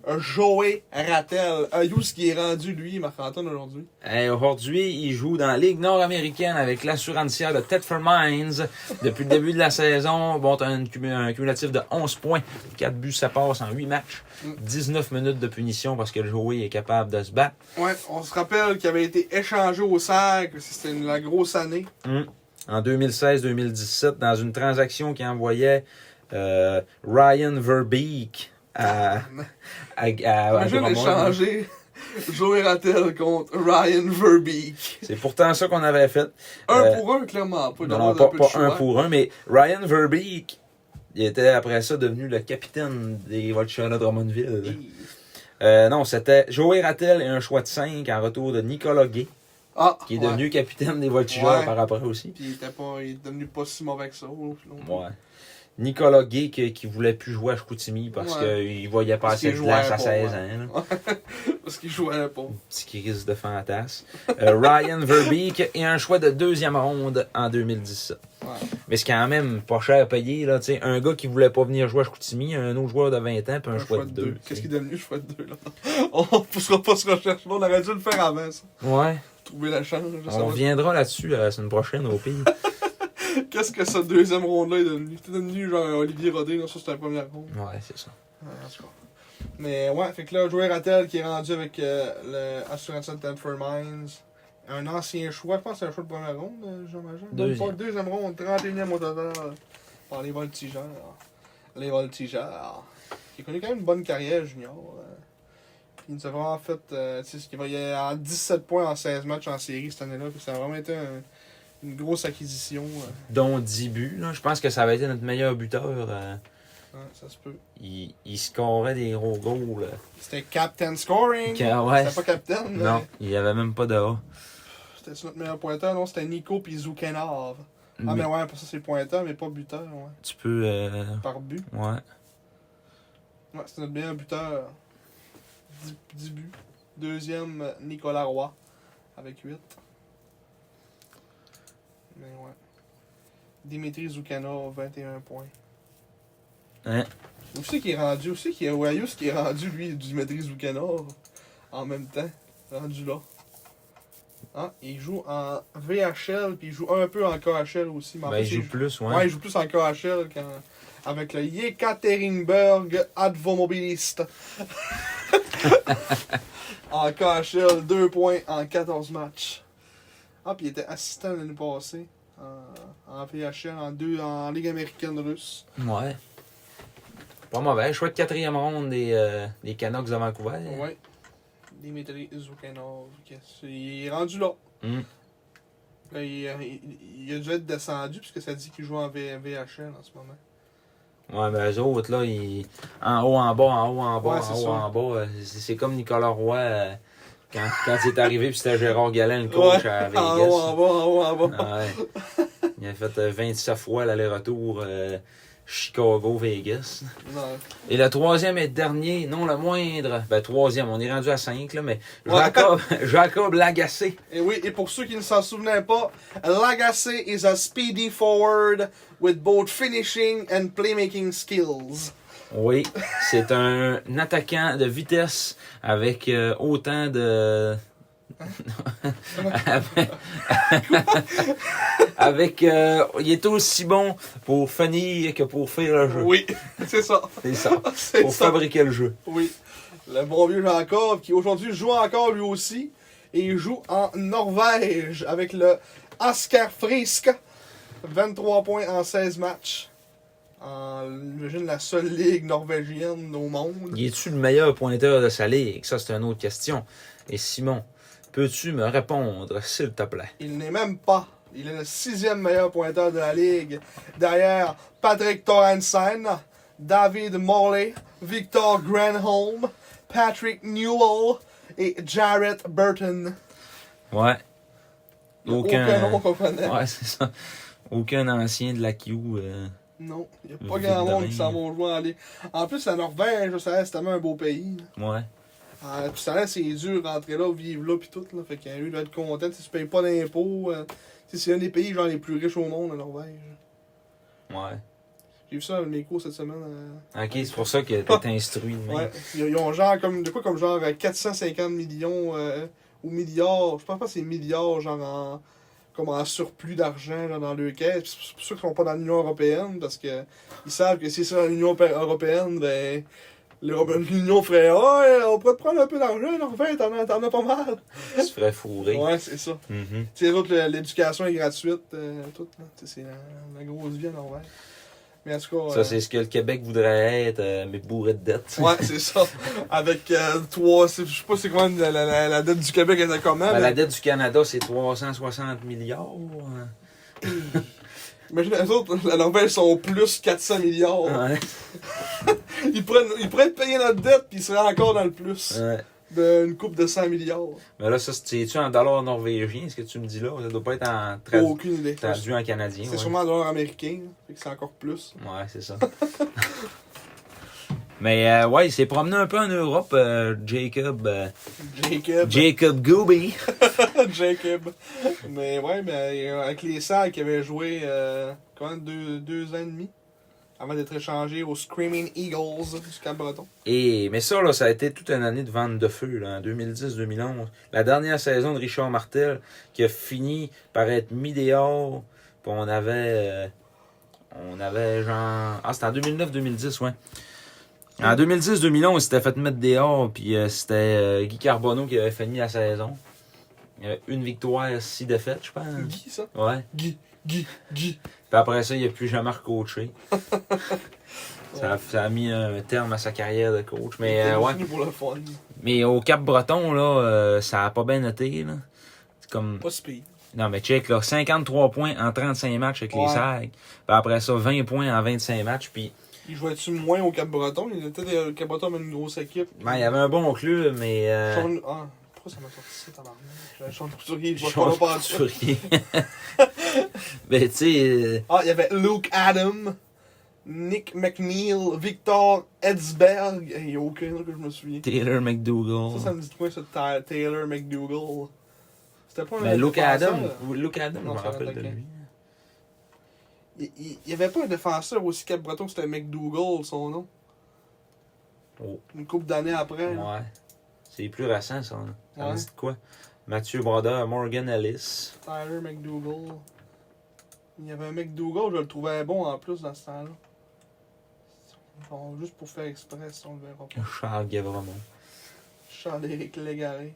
Un Joey Rattel. Un Yous qui est rendu, lui, Marc-Antoine, aujourd'hui.
Hey, Aujourd'hui, il joue dans la Ligue nord-américaine avec l'assurancière de Thetford Mines. Depuis le début de la saison, bon, t'as un, cumu- un cumulatif de 11 points, 4 buts, ça passe en 8 matchs,
Mm.
19 minutes de punition parce que le Joey est capable de se battre.
Ouais, on se rappelle qu'il avait été échangé au SAG, que c'était une- la grosse année.
En 2016-2017, dans une transaction qui envoyait euh, Ryan Verbeek à, à, à- à
Imagine
Drummond.
échanger Joey Rattel contre Ryan Verbeek.
C'est pourtant ça qu'on avait fait.
Un
Euh,
pour un, clairement, pas. il doit
Non, non,
avoir un
pas,
peu de
pas
choix.
un pour un, mais Ryan Verbeek Il était après ça devenu le capitaine des Vultures de Drummondville.
Et-
Euh, non, c'était Joey Rattel et un choix de 5 en retour de Nicolas Gay,
Ah,
qui est
ouais.
devenu capitaine des Voltigeurs
Ouais.
par après aussi.
Puis il était pas, il est devenu pas si mauvais que ça. au final.
Ouais. Nicolas Gay qui, qui voulait plus jouer à Chicoutimi parce
Ouais.
qu'il voyait
Parce
passer
qu'il
de l'âge à
jouait
16
pas,
ans.
ouais.
là.
Parce qu'il jouait pas.
Petit crise de fantasme. Euh, Ryan Verbeek et un choix de deuxième ronde en 2017.
Ouais.
Mais c'est quand même pas cher à payer. Là, tu sais, un gars qui voulait pas venir jouer à Chicoutimi, un autre joueur de 20 ans, puis un, choix de 2.
Qu'est-ce qui est devenu le choix de deux, là? On poussera pas ce recherche-là. On aurait dû le faire avant, ça.
Ouais,
Trouver la chance. je sais
Ah, on reviendra là-dessus euh, la semaine prochaine au pire.
pas. Qu'est-ce que ce deuxième round-là est devenu? T'es devenu genre Olivier Rodé, non? Ça, c'était la première ronde.
Ouais, c'est ça.
Ouais, en tout cas. Mais ouais, fait que là, Joey Rattel qui est rendu avec euh, le Assurance Temper Mines. Un ancien choix, je pense que c'est un choix de première ronde, euh, j'imagine.
Deuxième.
Même pas, deuxième ronde, 31e au total. Par les Voltigeurs. Les Voltigeurs. Qui a connu quand même une bonne carrière junior. euh. Il nous a vraiment fait. euh, tu sais, ce qui va- il est en 17 points en 16 matchs en série cette année-là. puis Ça a vraiment été un- une grosse acquisition. euh.
Dont 10 buts. là. Je pense que ça va être notre meilleur buteur. euh,
Ouais, ça se peut.
il, il scorait des gros goals. là.
C'était Captain Scoring.
Que- ouais.
C'était pas Captain. mais-
Non, il y avait même pas de A.
C'était sur notre meilleur pointeur, non, c'était Nico puis Zoukenov. Ah,
Mais
mais ouais, pour ça, c'est pointeur, mais pas buteur, ouais.
Tu peux. euh,
Par but.
ouais.
Ouais, c'était notre meilleur buteur. 10, buts. Deuxième, euh, Nicolas Roy, avec 8. Mais ouais. Dimitri Zoukanov, 21 points.
Hein?
Où c'est qu'il est rendu? Où c'est qu'il est Wayus qui est rendu, lui, Dimitri Zoukanov, en même temps? Rendu là. Hein? Il joue en VHL, puis il joue un peu en KHL aussi. mais en
Ben,
fait,
il joue plus, ouais.
Ouais. il joue plus en KHL qu'en- avec le Yekaterinburg Advomobiliste. en KHL, 2 points en 14 matchs. Ah, puis il était assistant l'année passée en, en VHL, en, deux, en Ligue américaine russe.
Ouais. Pas mauvais. Choix de quatrième ronde des, euh, des Canucks de Vancouver.
Ouais. Dimitri Zoukanov. qu'est-ce- Il est rendu là.
Mm.
Là, il, euh, il- il a dû être descendu puisque ça dit qu'il joue en V- VHL en ce moment.
Ouais, ben eux autres, là, ils... en haut, en bas, en haut, en bas,
Ouais,
en
c'est
haut,
ça.
en bas. euh, C'est c'est comme Nicolas Roy euh, quand, quand il est arrivé, puis c'était Gérard Gallin, le coach à Vegas.
en haut, en bas, en haut, en bas.
Ah ouais. Il a fait euh, 27 fois l'aller-retour euh, Chicago-Vegas.
Non.
Et le troisième et dernier, non le moindre, ben troisième, on est rendu à cinq, là, mais
Ouais.
Jacob, Jacob Lagacé.
Et oui, et pour ceux qui ne s'en souvenaient pas, Lagacé is a speedy forward with both finishing and playmaking skills.
Oui, c'est un attaquant de vitesse avec euh, autant de. avec, avec, euh, il est aussi bon pour finir que pour faire le jeu.
Oui, c'est ça.
C'est ça.
C'est
Pour
ça.
fabriquer le jeu.
Oui. Le bon vieux Jacob qui aujourd'hui joue encore lui aussi. Et il joue en Norvège avec le Oscar Frisk. 23 points en 16 matchs. En, j'imagine, la seule ligue norvégienne au monde.
Il est-tu le meilleur pointeur de sa ligue? Ça, c'est une autre question. Et Simon, peux-tu me répondre, s'il te plaît?
Il n'est même pas. Il est le sixième meilleur pointeur de la ligue. Derrière Patrick Torrensen, David Morley, Victor Granholm, Patrick Newell et Jarrett Burton.
Ouais. Aucun. euh,
nom qu'on connaît.
Ouais, c'est ça. Aucun ancien de la Q. euh,
Non, il n'y a pas
Vite
grand
de
monde
même.
qui s'en va jouer en ligue. En plus, la Norvège, ça reste tellement un beau pays. là.
Ouais.
Ah, puis ça reste, c'est dur de rentrer là, vivre là, puis tout. Là. Fait que lui, il doit être content. Si tu payes pas d'impôts, euh, tu sais, c'est un des pays genre, les plus riches au monde, la Norvège.
Ouais.
J'ai vu ça dans mes cours cette semaine. euh,
Ok, c'est pour ça que t'es instruit de même.
Ouais, ils ils ont genre comme de quoi comme genre euh, 450 millions euh, ou milliards, je pense pas que c'est milliards genre en comme en surplus d'argent genre dans le caisse. Puis C'est pour ça qu'ils sont pas dans l'Union européenne parce que ils savent que si c'est dans l'Union europé- européenne, ben l'Europe- l'Union ferait Ah, ouais, on pourrait te prendre un peu d'argent, Norvège, t'en as, t'en as pas mal.
Tu te ferais fourrer.
Ouais, c'est ça.
Mhm.
Tu sais, les autres, le- l'éducation est gratuite, euh, tout, là. Tu sais, c'est la, la grosse vie à Norvège. Mais en tout cas. euh,
Ça, c'est ce que le Québec voudrait être, euh, mais bourré de dettes.
Ouais, c'est ça. Avec euh, trois. c'est- Je sais pas c'est quoi la, la- la- la dette du Québec était comment.
Ben,
mais- Oh.
la dette du Canada, c'est 360 milliards. hein.
Imagine, les autres, la Norvège sont plus 400 milliards.
Ouais,
Ils, prennent, ils pourraient payer notre dette, puis ils seraient encore dans le plus.
ouais.
D'une coupe de 100 milliards.
Mais là, ça, c'est-tu en dollars norvégiens, ce que tu me dis là? Ça doit pas être en tradu-
Aucune idée. Oh. C'est
traduit en canadien. ouais.
sûrement un dollar américain, là. fait que c'est encore plus.
Ouais, c'est ça. Mais euh, ouais, il s'est promené un peu en Europe, euh, Jacob. euh,
Jacob.
Jacob Gooby.
Jacob. Mais ouais, mais euh, avec les Sags qui avaient joué euh, comment, deux, deux ans et demi avant d'être échangés aux Screaming Eagles du Cap Breton.
Et, mais ça, là, ça a été toute une année de vente de feu, là, en 2010-2011. La dernière saison de Richard Martel, qui a fini par être mis dehors, puis on avait. euh, on avait genre. Ah, c'était en 2009-2010, ouais. En 2010-2011, il s'était fait mettre dehors, puis euh, c'était euh, Guy Carbonneau qui avait fini la saison. Il y avait une victoire, six défaites, je pense.
Guy, ça
Ouais.
Guy, Guy, Guy.
Puis après ça, il n'a plus jamais recoaché. ça, a- ça a mis un terme à sa carrière de coach. Mais euh, ouais.
fini pour le fun.
Mais au Cap-Breton, là, euh, ça a pas bien noté. Là. C'est comme.
Pas si pire.
Non, mais check, là, 53 points en 35 matchs avec les
Ouais.
Sags. Puis après ça, 20 points en 25 matchs. Puis,
Il jouait-tu moins au Cap Breton Il était des- le Cap Breton avait une grosse équipe.
ben, il y avait un bon club, mais. euh,
Sean- Ah, pourquoi ça m'a sorti ça, tabarnak J'avais Sean Couturier, il jouait pas
Sean
là pendant tout.
Couturier. ben, tu sais. euh,
Ah, il y avait Luke Adam, Nick McNeil, Victor Edsberg. Il n'y a aucun autre que je me souviens.
Taylor McDougall.
Ça, ça me dit de quoi, ça, Ta- Taylor McDougall? C'était pas un.
mais Ben, Luke
défenseur,
Adam.
là.
Luke Adam, je
Non,
me
c'est un
rappelle de
attaquant.
lui.
Il, il, il y avait pas un défenseur aussi Cap Breton, c'était McDougall, son nom.
Oh.
Une couple d'années après. là.
Ouais. C'est plus récent, ça. là. Ça me
Ouais.
dit de quoi? Mathieu Brodeur, Morgan Ellis.
Tyler McDougall. Il y avait un McDougall, je le trouvais bon en plus dans ce temps-là. Bon, juste pour faire exprès, si on le verra pas.
Charles Gavremont.
Charles-Éric Légaré.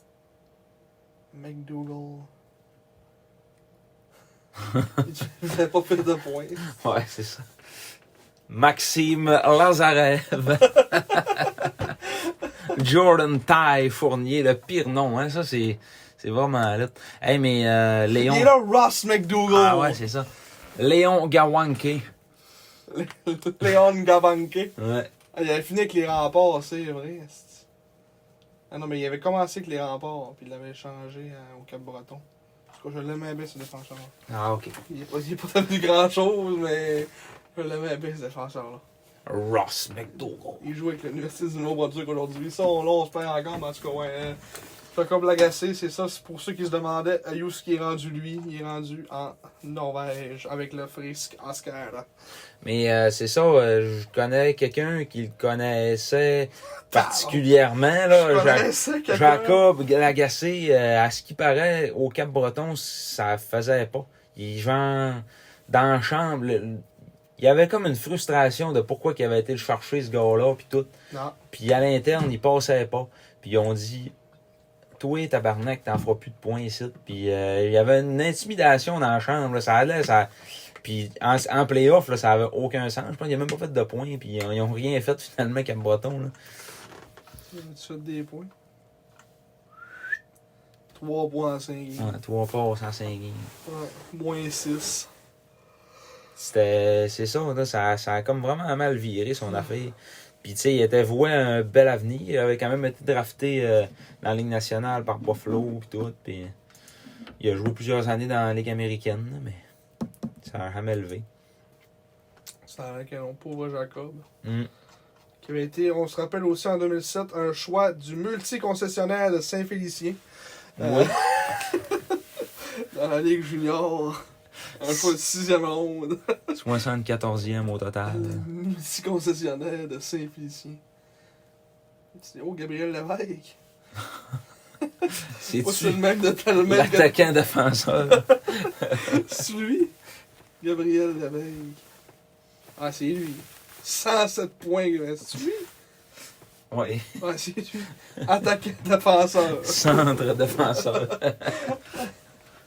McDougall. Je vais pas faire de points.
Ouais, c'est ça. Maxime Lazarev. Jordan Ty Fournier, le pire nom, hein. Ça, c'est, c'est vraiment là. Hey, mais euh, Léon.
Il est là, Ross McDougall.
Ah ouais, c'est ça. Léon Gawanke.
Léon Gavanke.
Ouais.
Ah, il avait fini avec les remparts, c'est vrai. esti. Ah non, mais il avait commencé avec les remparts, puis il l'avait changé euh, au Cap-Breton. En tout cas, je l'aimais bien, ce défenseur-là.
Ah, ok.
Il est pas, il est pas devenu grand-chose, mais je l'aimais bien, ce défenseur-là.
Ross McDougall.
Il joue avec l'Université du Nouveau-Brunswick aujourd'hui. Ça, on, là, on se perd encore, mais en tout cas, ouais. euh, Jacob Lagacé, c'est ça. C'est pour ceux qui se demandaient à où ce qui est rendu, lui. Il est rendu en Norvège avec le frisque Oscar.
Mais euh, c'est ça, euh, je connais quelqu'un qui le connaissait particulièrement, là.
Je
Ah, Jacques-
connaissais quelqu'un.
Jacob Lagacé, euh, à ce qui paraît, au Cap-Breton, ça faisait pas. Il genre, dans la chambre, le- le- il y avait comme une frustration de pourquoi il avait été le chercher, ce gars-là, puis tout.
Non.
Puis à l'interne, il passait pas. Puis ils ont dit, toi, tabarnak, t'en feras plus de points ici. Puis euh, il y avait une intimidation dans la chambre, là. ça allait, ça... Puis en, en playoff, là, ça avait aucun sens. Je pense qu'il a même pas fait de points, puis ils ont- ils ont rien fait finalement, Cap-Breton, là.
Tu fais des points. 3 points en 5 games.
Ouais, trois passes en cinq games.
Ouais. Moins 6.
C'était. C'est ça, là, ça, ça a comme vraiment mal viré
Hmm.
son affaire. Puis, tu sais, il était voué à un bel avenir. Il avait quand même été drafté euh, dans la Ligue nationale par Buffalo puis tout. Puis, il a joué plusieurs années dans la Ligue américaine, là, mais ça a jamais levé.
C'est un canon, pauvre Jacob.
Mm.
Qui avait été, on se rappelle aussi en 2007, un choix du multi-concessionnaire de Saint-Félicien. Euh, dans la Ligue Junior. Un choix de 6 ronde.
74e au total.
Le multi-concessionnaire de Saint-Félicien. C'est oh, Gabriel Lévesque. Pas
C'est-tu
c'est le même de t'as le même que-
l'attaquant défenseur?
C'est lui? Gabriel Lévesque. Ah, c'est lui. 107 points, Gabriel. c'est lui?
Oui,
Ah, c'est lui. Attaquant défenseur.
centre défenseur.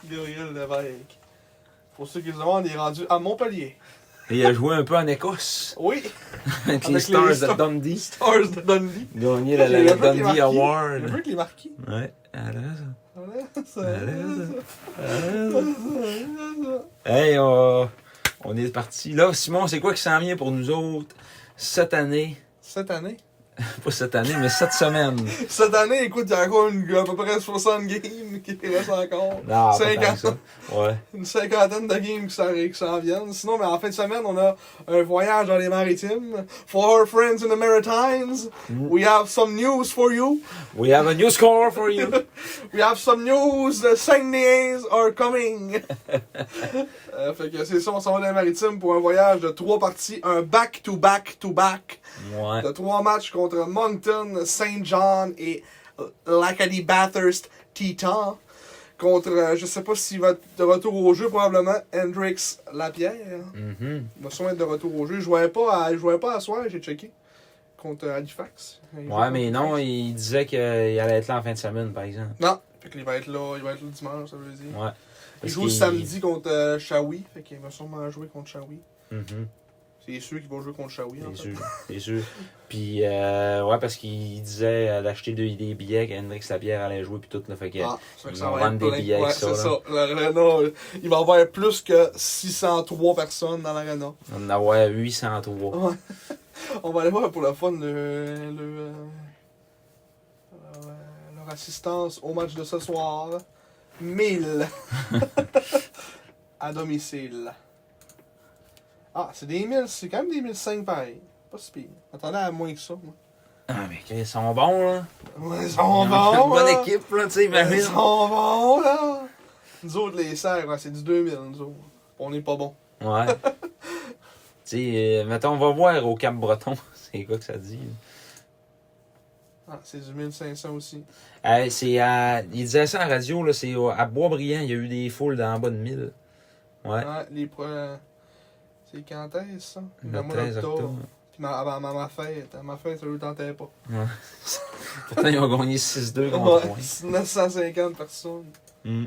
Gabriel Lévesque. Pour ceux qui le demandent, il est rendu à Montpellier.
Et il a joué un peu en Écosse
Oui,
avec les
Avec
Stars
les
de
Stars.
Dundee.
Stars de Dundee.
Gagné
J'ai
la, la
l'impression qu'il est
Dundee
marqué. J'ai
Award.
l'impression qu'il est marqué.
Ouais, à la raison.
Voilà,
Hey, on, on est parti. Là, Simon, c'est quoi qui s'en vient pour nous autres cette année?
Cette année.
Pas cette année, mais cette semaine.
Cette année, écoute, il y a encore une, à peu près 60 games qui restent encore.
Non, pas tant que
50.
ça. Ouais.
une cinquantaine de games qui s'en, qui s'en viennent. Sinon, mais en fin de semaine, on a un voyage dans les maritimes. For our friends in the Maritimes, we have some news for you.
We have a new score for you.
We have some news. The Saguenayens are coming. Euh, fait que c'est ça, on s'en va dans les maritimes pour un voyage de trois parties, un back-to-back-to-back
Ouais.
de trois matchs contre Moncton, Saint John et Lacadie Bathurst Titan. Contre, euh, je sais pas s'il va être de retour au jeu, probablement Hendrix Lapierre.
Mhm.
Il va sûrement être de retour au jeu. Il jouait pas à, il jouait pas à soir, j'ai checké. Contre euh, Halifax. Il jouait
Ouais, mais
contre
non,
Halifax.
il disait qu'il allait être là en fin de semaine, par exemple.
Non, fait qu'il va être là, il va être là dimanche, ça veut dire.
Ouais.
il
Parce
joue
qu'il-
samedi contre euh, Shawi, fait qu'il va sûrement jouer contre Shawi.
Mhm.
C'est sûr qu'il va jouer contre Shawi. en
C'est
fait.
sûr, c'est sûr. Puis, euh, ouais, parce qu'il disait euh, d'acheter deux, des billets qu'Hendrix Lapierre allait jouer, puis tout, là, fait que...
Ah, c'est
Ils
que ça
vont
va
vendre
être
des
plein.
billets
Ouais,
avec ça,
c'est
là.
ça. L'arena, il va y avoir plus que 603 personnes dans l'arena.
On en avoir 803.
Ouais. On va aller voir pour le fun le, le, euh, leur, euh, leur assistance au match de ce soir. 1000 à domicile. Ah, c'est des 1000, c'est quand même des 1005 pareil. Pas si pire. Attendez à moins que ça. Moi.
Ah, mais ils sont bons, là.
Ouais, ils
Ils
sont
ont
bons,
une bonne
là. Ben
équipe, là, tu sais,
Ils
imagine.
sont bons, là. Nous autres, les serres, hein, c'est du 2000, nous autres. On n'est pas bons.
Ouais. tu sais, euh, mettons, on va voir au Cap Breton. c'est quoi que ça dit?
Ah, c'est du 1500 aussi.
Euh, c'est à... Il disait ça en radio, là, c'est au- à Boisbriand, il y a eu des foules d'en bas de 1000. Ouais.
Ouais, les pro- euh, C'est quand est-ce ça?
Le 13 octobre.
Puis ma, avant avant ma fête. À ma fête, ça ne tentait pas.
Pourtant, ils ont gagné 6-2 contre moi.
Ouais, 950 personnes.
Mm.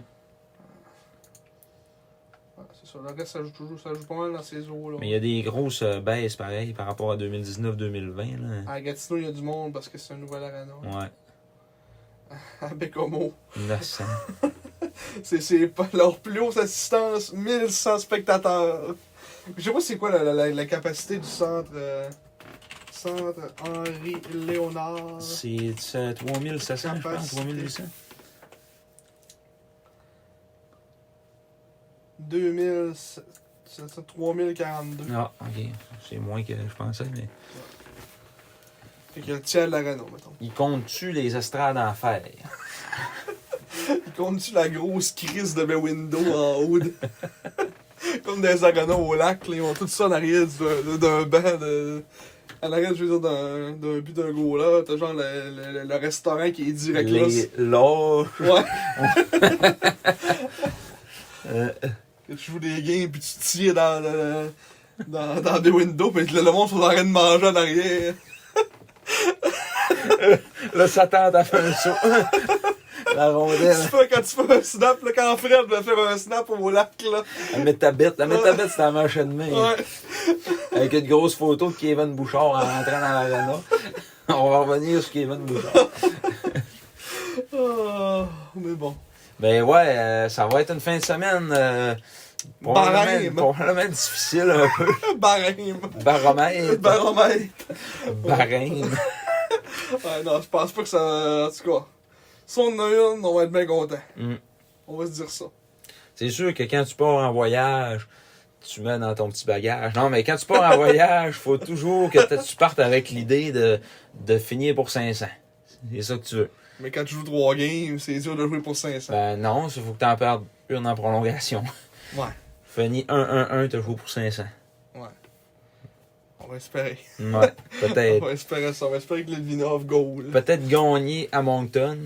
Ouais, c'est ça. Le reste, ça joue toujours. Ça joue pas mal dans ces eaux-là.
Mais il y a des grosses euh, baisses, pareil, par rapport à 2019-2020, là.
À Gatineau, il y a du monde parce que c'est un nouvel arena.
Ouais,
À Bécomo.
900.
C'est, c'est pas leur plus haute assistance, 1100 spectateurs. Je sais pas c'est quoi la, la- la- la capacité du centre. euh, centre Henri-Léonard.
C'est euh, 3700, je pense, 3800.
2000. c'est- c'est 3042.
Ah, ok. C'est moins que je pensais, mais.
Fait que le tiers de l'arena, mettons.
Ils comptent-tu les estrades en fer?
Il compte-tu la grosse crise de mes windows en haut? de- Comme des arenas au lac, là, ils ont tout ça en arrière du- d'un banc de... En arrière, je veux dire, d'un- d'un but d'un gros là, t'as genre le, le- le restaurant qui est direct là.
Les loges.
Ouais.
Euh,
Et tu joues des games, puis tu tires dans le... Dans, dans des windows, puis le, le monde sont en train de manger en arrière.
le Satan t'a fait un saut. la
Tu
rondelle.
fais, quand tu fais un snap, là, quand Fred va faire un snap au lac, là.
La métabette. La métabette, c'est en manche de main.
Ouais.
Avec une grosse photo de Kevin Bouchard en rentrant dans l'arena. On va revenir sur Kevin Bouchard.
Ah, mais bon.
Ben ouais, euh, ça va être une fin de semaine. euh, probablement,
Barème.
probablement difficile un peu.
Barème.
Baromètre.
Baromètre.
Barème.
Ouais, non, je pense pas que ça. En tout cas, si on en a une, on va être bien content.
Mm.
On va se dire ça.
C'est sûr que quand tu pars en voyage, tu mets dans ton petit bagage. Non, mais quand tu pars en voyage, faut toujours que t- tu partes avec l'idée de, de finir pour 500. C'est ça que tu veux.
Mais quand tu joues 3 games, c'est dur de jouer pour 500.
Ben non, il faut que tu en perdes une en prolongation.
Ouais,
Finis 1-1-1, tu joues pour 500.
ouais. On va espérer.
Ouais,
On
peut-être.
va espérer ça. On va espérer que Litvinov goal.
Peut-être gagner à Moncton.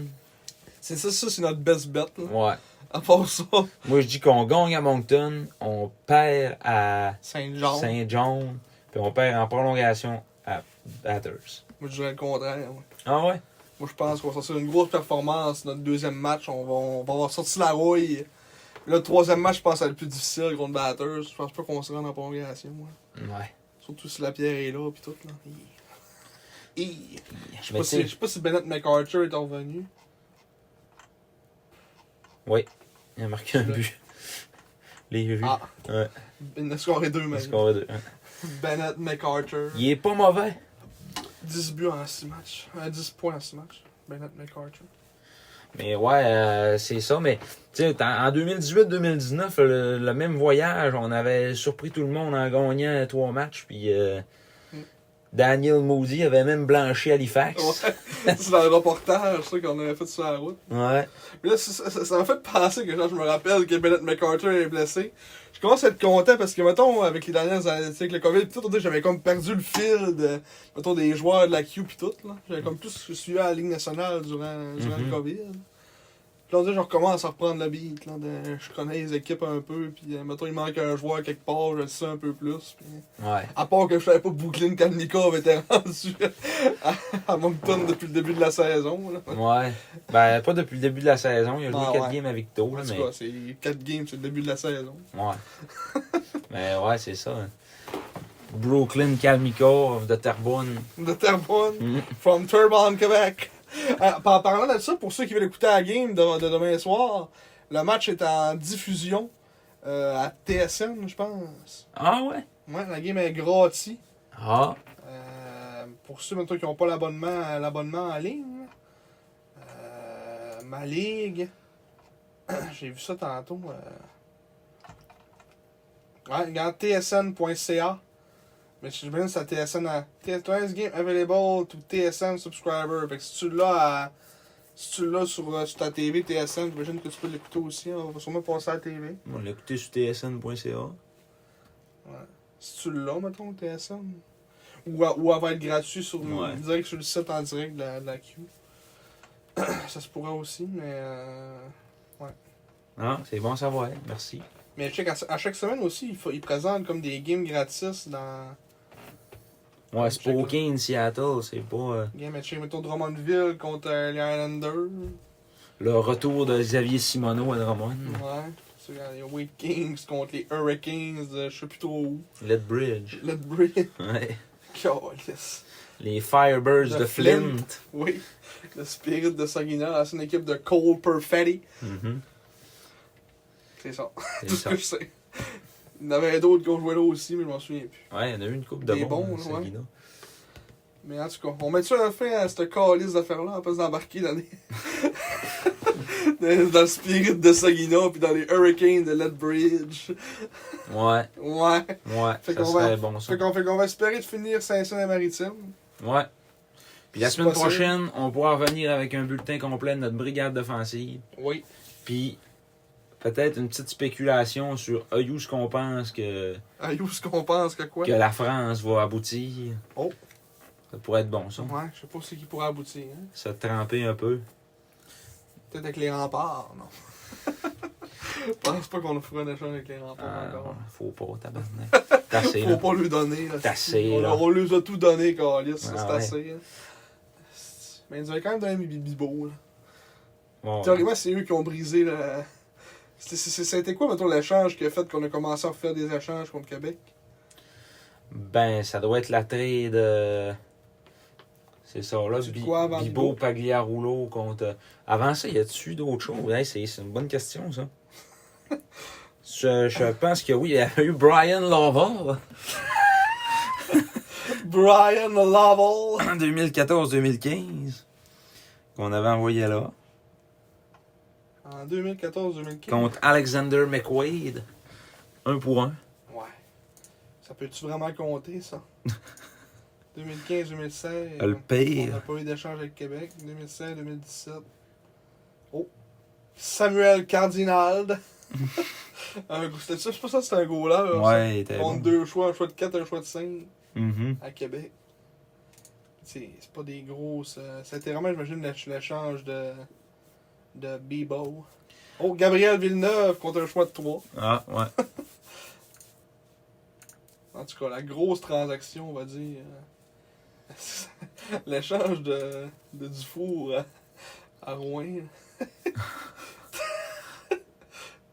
C'est ça, ça, c'est notre best bet. Là.
Ouais.
À part ça,
Moi, je dis qu'on gagne à Moncton, on perd à
Saint-Jean.
Saint-John, puis on perd en prolongation à Batters.
Moi, je dirais le contraire. ouais.
Ah ouais?
Moi, je pense qu'on va sortir une grosse performance. Notre deuxième match, on va, on va avoir sorti la rouille. Le troisième match, je pense, c'est le plus difficile contre Batters. Je pense pas qu'on se rende en prolongation. moi.
Ouais.
Surtout si la pierre est là, puis tout, là. Hi. Hi. Je sais
Mais tu
pas
sais-
si- je sais pas si Bennett McArthur est revenu.
Il a marqué un but. Les vues.
Ah.
Ouais.
Il en a scoré deux,
Il a
même.
scoré deux, hein.
Bennett, McArthur.
Il est pas mauvais.
10 buts en 6 matchs. Euh, 10 points en 6 matchs. Bennett, McArthur.
Mais ouais, euh, c'est ça. Mais tu sais, en en 2018-2019, le, le même voyage, on avait surpris tout le monde en gagnant trois matchs. Puis euh,
Mm.
Daniel Moody avait même blanchi Halifax.
Ouais. c'est dans le reportage ça, qu'on avait fait sur la route.
Ouais.
Mais là, ça- ça ça m'a fait penser que genre, je me rappelle que Bennett McArthur est blessé. Je commence à être content parce que, mettons, avec les dernières années, tu sais, avec le COVID, pis tout, on dirait que j'avais comme perdu le fil de, mettons, des joueurs de la Q pis tout, là. J'avais comme plus suivi la Ligue nationale durant, durant
Mhm.
le COVID. Puis là, on dirait que je recommence à reprendre le beat, là. de- je connais les équipes un peu pis, euh, mettons, il manque un joueur quelque part, je le sais un peu plus. pis-
Ouais.
à part que je savais pas que Brooklyn Kalnikov était rendu à, à Moncton depuis le début de la saison, là.
Ouais. Ben, pas depuis le début de la saison. Il a joué
Ah,
quatre
ouais.
games avec Victo.
En
là,
tout
mais...
cas, c'est 4 games, c'est le début de la saison.
Ouais. mais ouais, c'est ça. hein. Brooklyn Kalmikov de Terrebonne.
De Terrebonne,
Mhm.
from Terrebonne, Québec. Euh, en parlant de ça, pour ceux qui veulent écouter la game de, de demain soir, le match est en diffusion euh, à TSN, je pense.
Ah ouais?
Ouais, la game est gratis.
Ah.
Euh, pour ceux maintenant qui n'ont pas l'abonnement l'abonnement en ligne, euh, ma ligue, j'ai vu ça tantôt. euh, Ouais, regarde tsn.ca. Mais je me c'est à TSN. à- TSN Game Available to TSN Subscriber. Fait que si tu l'as à- Si tu l'as sur, euh, sur ta TV TSN, j'imagine que tu peux l'écouter aussi. hein. On va sûrement passer à la TV.
On l'a écouté sur tsn.ca.
Si tu l'as, mettons, TSN. Ou, à- ou elle va être gratuit sur,
Ouais.
direct sur le site en direct de la, de la Q. Ça se pourrait aussi, mais. euh,
Ah, c'est bon à savoir. Merci.
Mais je sais qu'à à chaque semaine aussi, ils il présentent comme des games gratis dans
Ouais, Spokane, Seattle, c'est pas euh,
Game Match, mettons Drummondville contre euh, les Islanders.
le retour de Xavier Simoneau à Drummond.
Ouais. C'est dans les Wade Kings contre les Hurricanes de je sais plus trop où.
Lethbridge.
Ledbury.
Ouais.
Calice.
Les Firebirds
De
de Flint.
Oui. Le Spirit de Saginaw, c'est une équipe de Cole Perfetti.
Mhm.
C'est ça.
C'est
Tout ce
ça.
que je sais. Il y en avait d'autres qui ont joué là aussi, mais je m'en souviens plus.
Ouais, il y en a eu une coupe de
Des
bons,
bons,
hein,
là, ouais.
Saginaw.
Mais en tout cas, on met-tu un fin à cette calice d'affaires-là, après d'embarquer dans les. dans, dans le spirit de Saginaw, puis dans les hurricanes de Lethbridge.
Ouais,
Ouais.
ouais,
Fait
ça
qu'on va-
serait bon ça.
Fait qu'on fait qu'on va espérer de finir Saint-Saëns-la-Maritime.
Ouais. Puis la
C'est
semaine
possible.
prochaine, on pourra revenir avec un bulletin complet de notre brigade défensive.
Oui.
Puis peut-être une petite spéculation sur euh, où ce qu'on pense que,
Ah, you, ce qu'on pense que quoi?
que la France va aboutir.
Oh.
Ça pourrait être bon ça.
Ouais, je sais pas ce qui pourrait aboutir. Hein.
Se tremper un peu.
Peut-être avec les remparts, non? Je pense pas qu'on fera un échange avec les remparts
Ah,
encore.
faut pas, tabarnak. T'as assez,
Faut
là.
pas lui donner. Là.
C'est assez,
On,
là.
on les a tout donné, Carlis. ça,
Ah
c'est
ouais.
assez. hein. Mais ils nous avaient quand même donné mes bibibos. là.
Bon, ouais.
Théoriquement, c'est eux qui ont brisé la. c'est- c'est- c'est- C'était quoi, mettons, l'échange qui a fait qu'on a commencé à faire des échanges contre Québec
Ben, ça doit être la trade. euh, C'est ça, là.
Du
Bi-
quoi avant
Bibo
Bibo?
Pagliarulo contre. euh, Avant ça, y a-tu d'autres choses Hey, C'est c'est une bonne question, ça. Je, je pense que oui, il y avait eu Brian Lava
Brian Lovell
en 2014-2015 qu'on avait envoyé là
En 2014-2015.
contre Alexander McQuaid. Un pour un.
Ouais. Ça peut-tu vraiment compter, ça
Le
2015-2016. On
pire.
n'a pas eu d'échange avec Québec. 2016-2017. Oh. Samuel Cardinal. un go- C'était ça, c'est pas ça, c'était un goaler. là, ça.
Ouais, il était
Contre
bon.
deux choix, un choix de 4, un choix de 5
Mhm.
à Québec. C'est c'est pas des grosses. euh, C'était vraiment, j'imagine, l'éch- l'échange de. de Bebo. Oh, Gabriel Villeneuve contre un choix de 3.
Ah, ouais.
En tout cas, la grosse transaction, on va dire. euh, L'échange de, de Dufour à, à Rouen.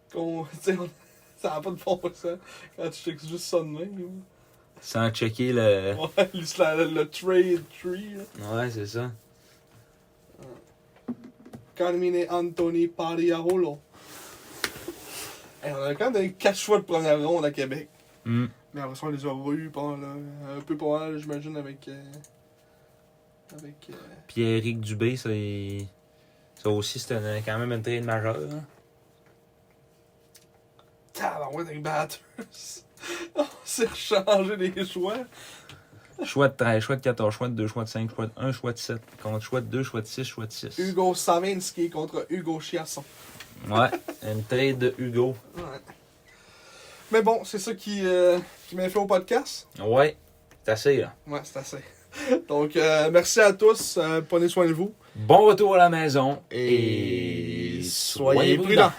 Qu'on- tu sais, on- ça n'a pas de bon sens quand tu checkes juste ça de même.
Sans checker le.
Ouais, juste la- le, trade tree. là.
Ouais, c'est ça.
Carmine Anthony Pariarolo. Hey, on a quand même eu 4 choix de première ronde à Québec.
Hmm.
Mais après ça, on les a eu pas là. Un peu pas mal, j'imagine, avec. euh, Avec. euh,
Puis Eric Dubé, c'est. Ça aussi, c'était une- quand même une trade majeure. hein.
Tabarouette avec Batters. On s'est rechangé les choix.
Choix de 13, choix de 14, choix de 2, choix de 5, choix de 1, choix de 7. Contre choix de 2, choix de 6, choix de 6.
Hugo Savinski contre Hugo Chiasson.
Ouais, une trade de Hugo.
Ouais. Mais bon, c'est ça qui, euh, qui m'a fait au podcast.
Ouais, c'est assez, hein. là.
Ouais, c'est assez. Donc, euh, merci à tous. euh, prenez soin de vous.
Bon retour à la maison
Et soyez prudents.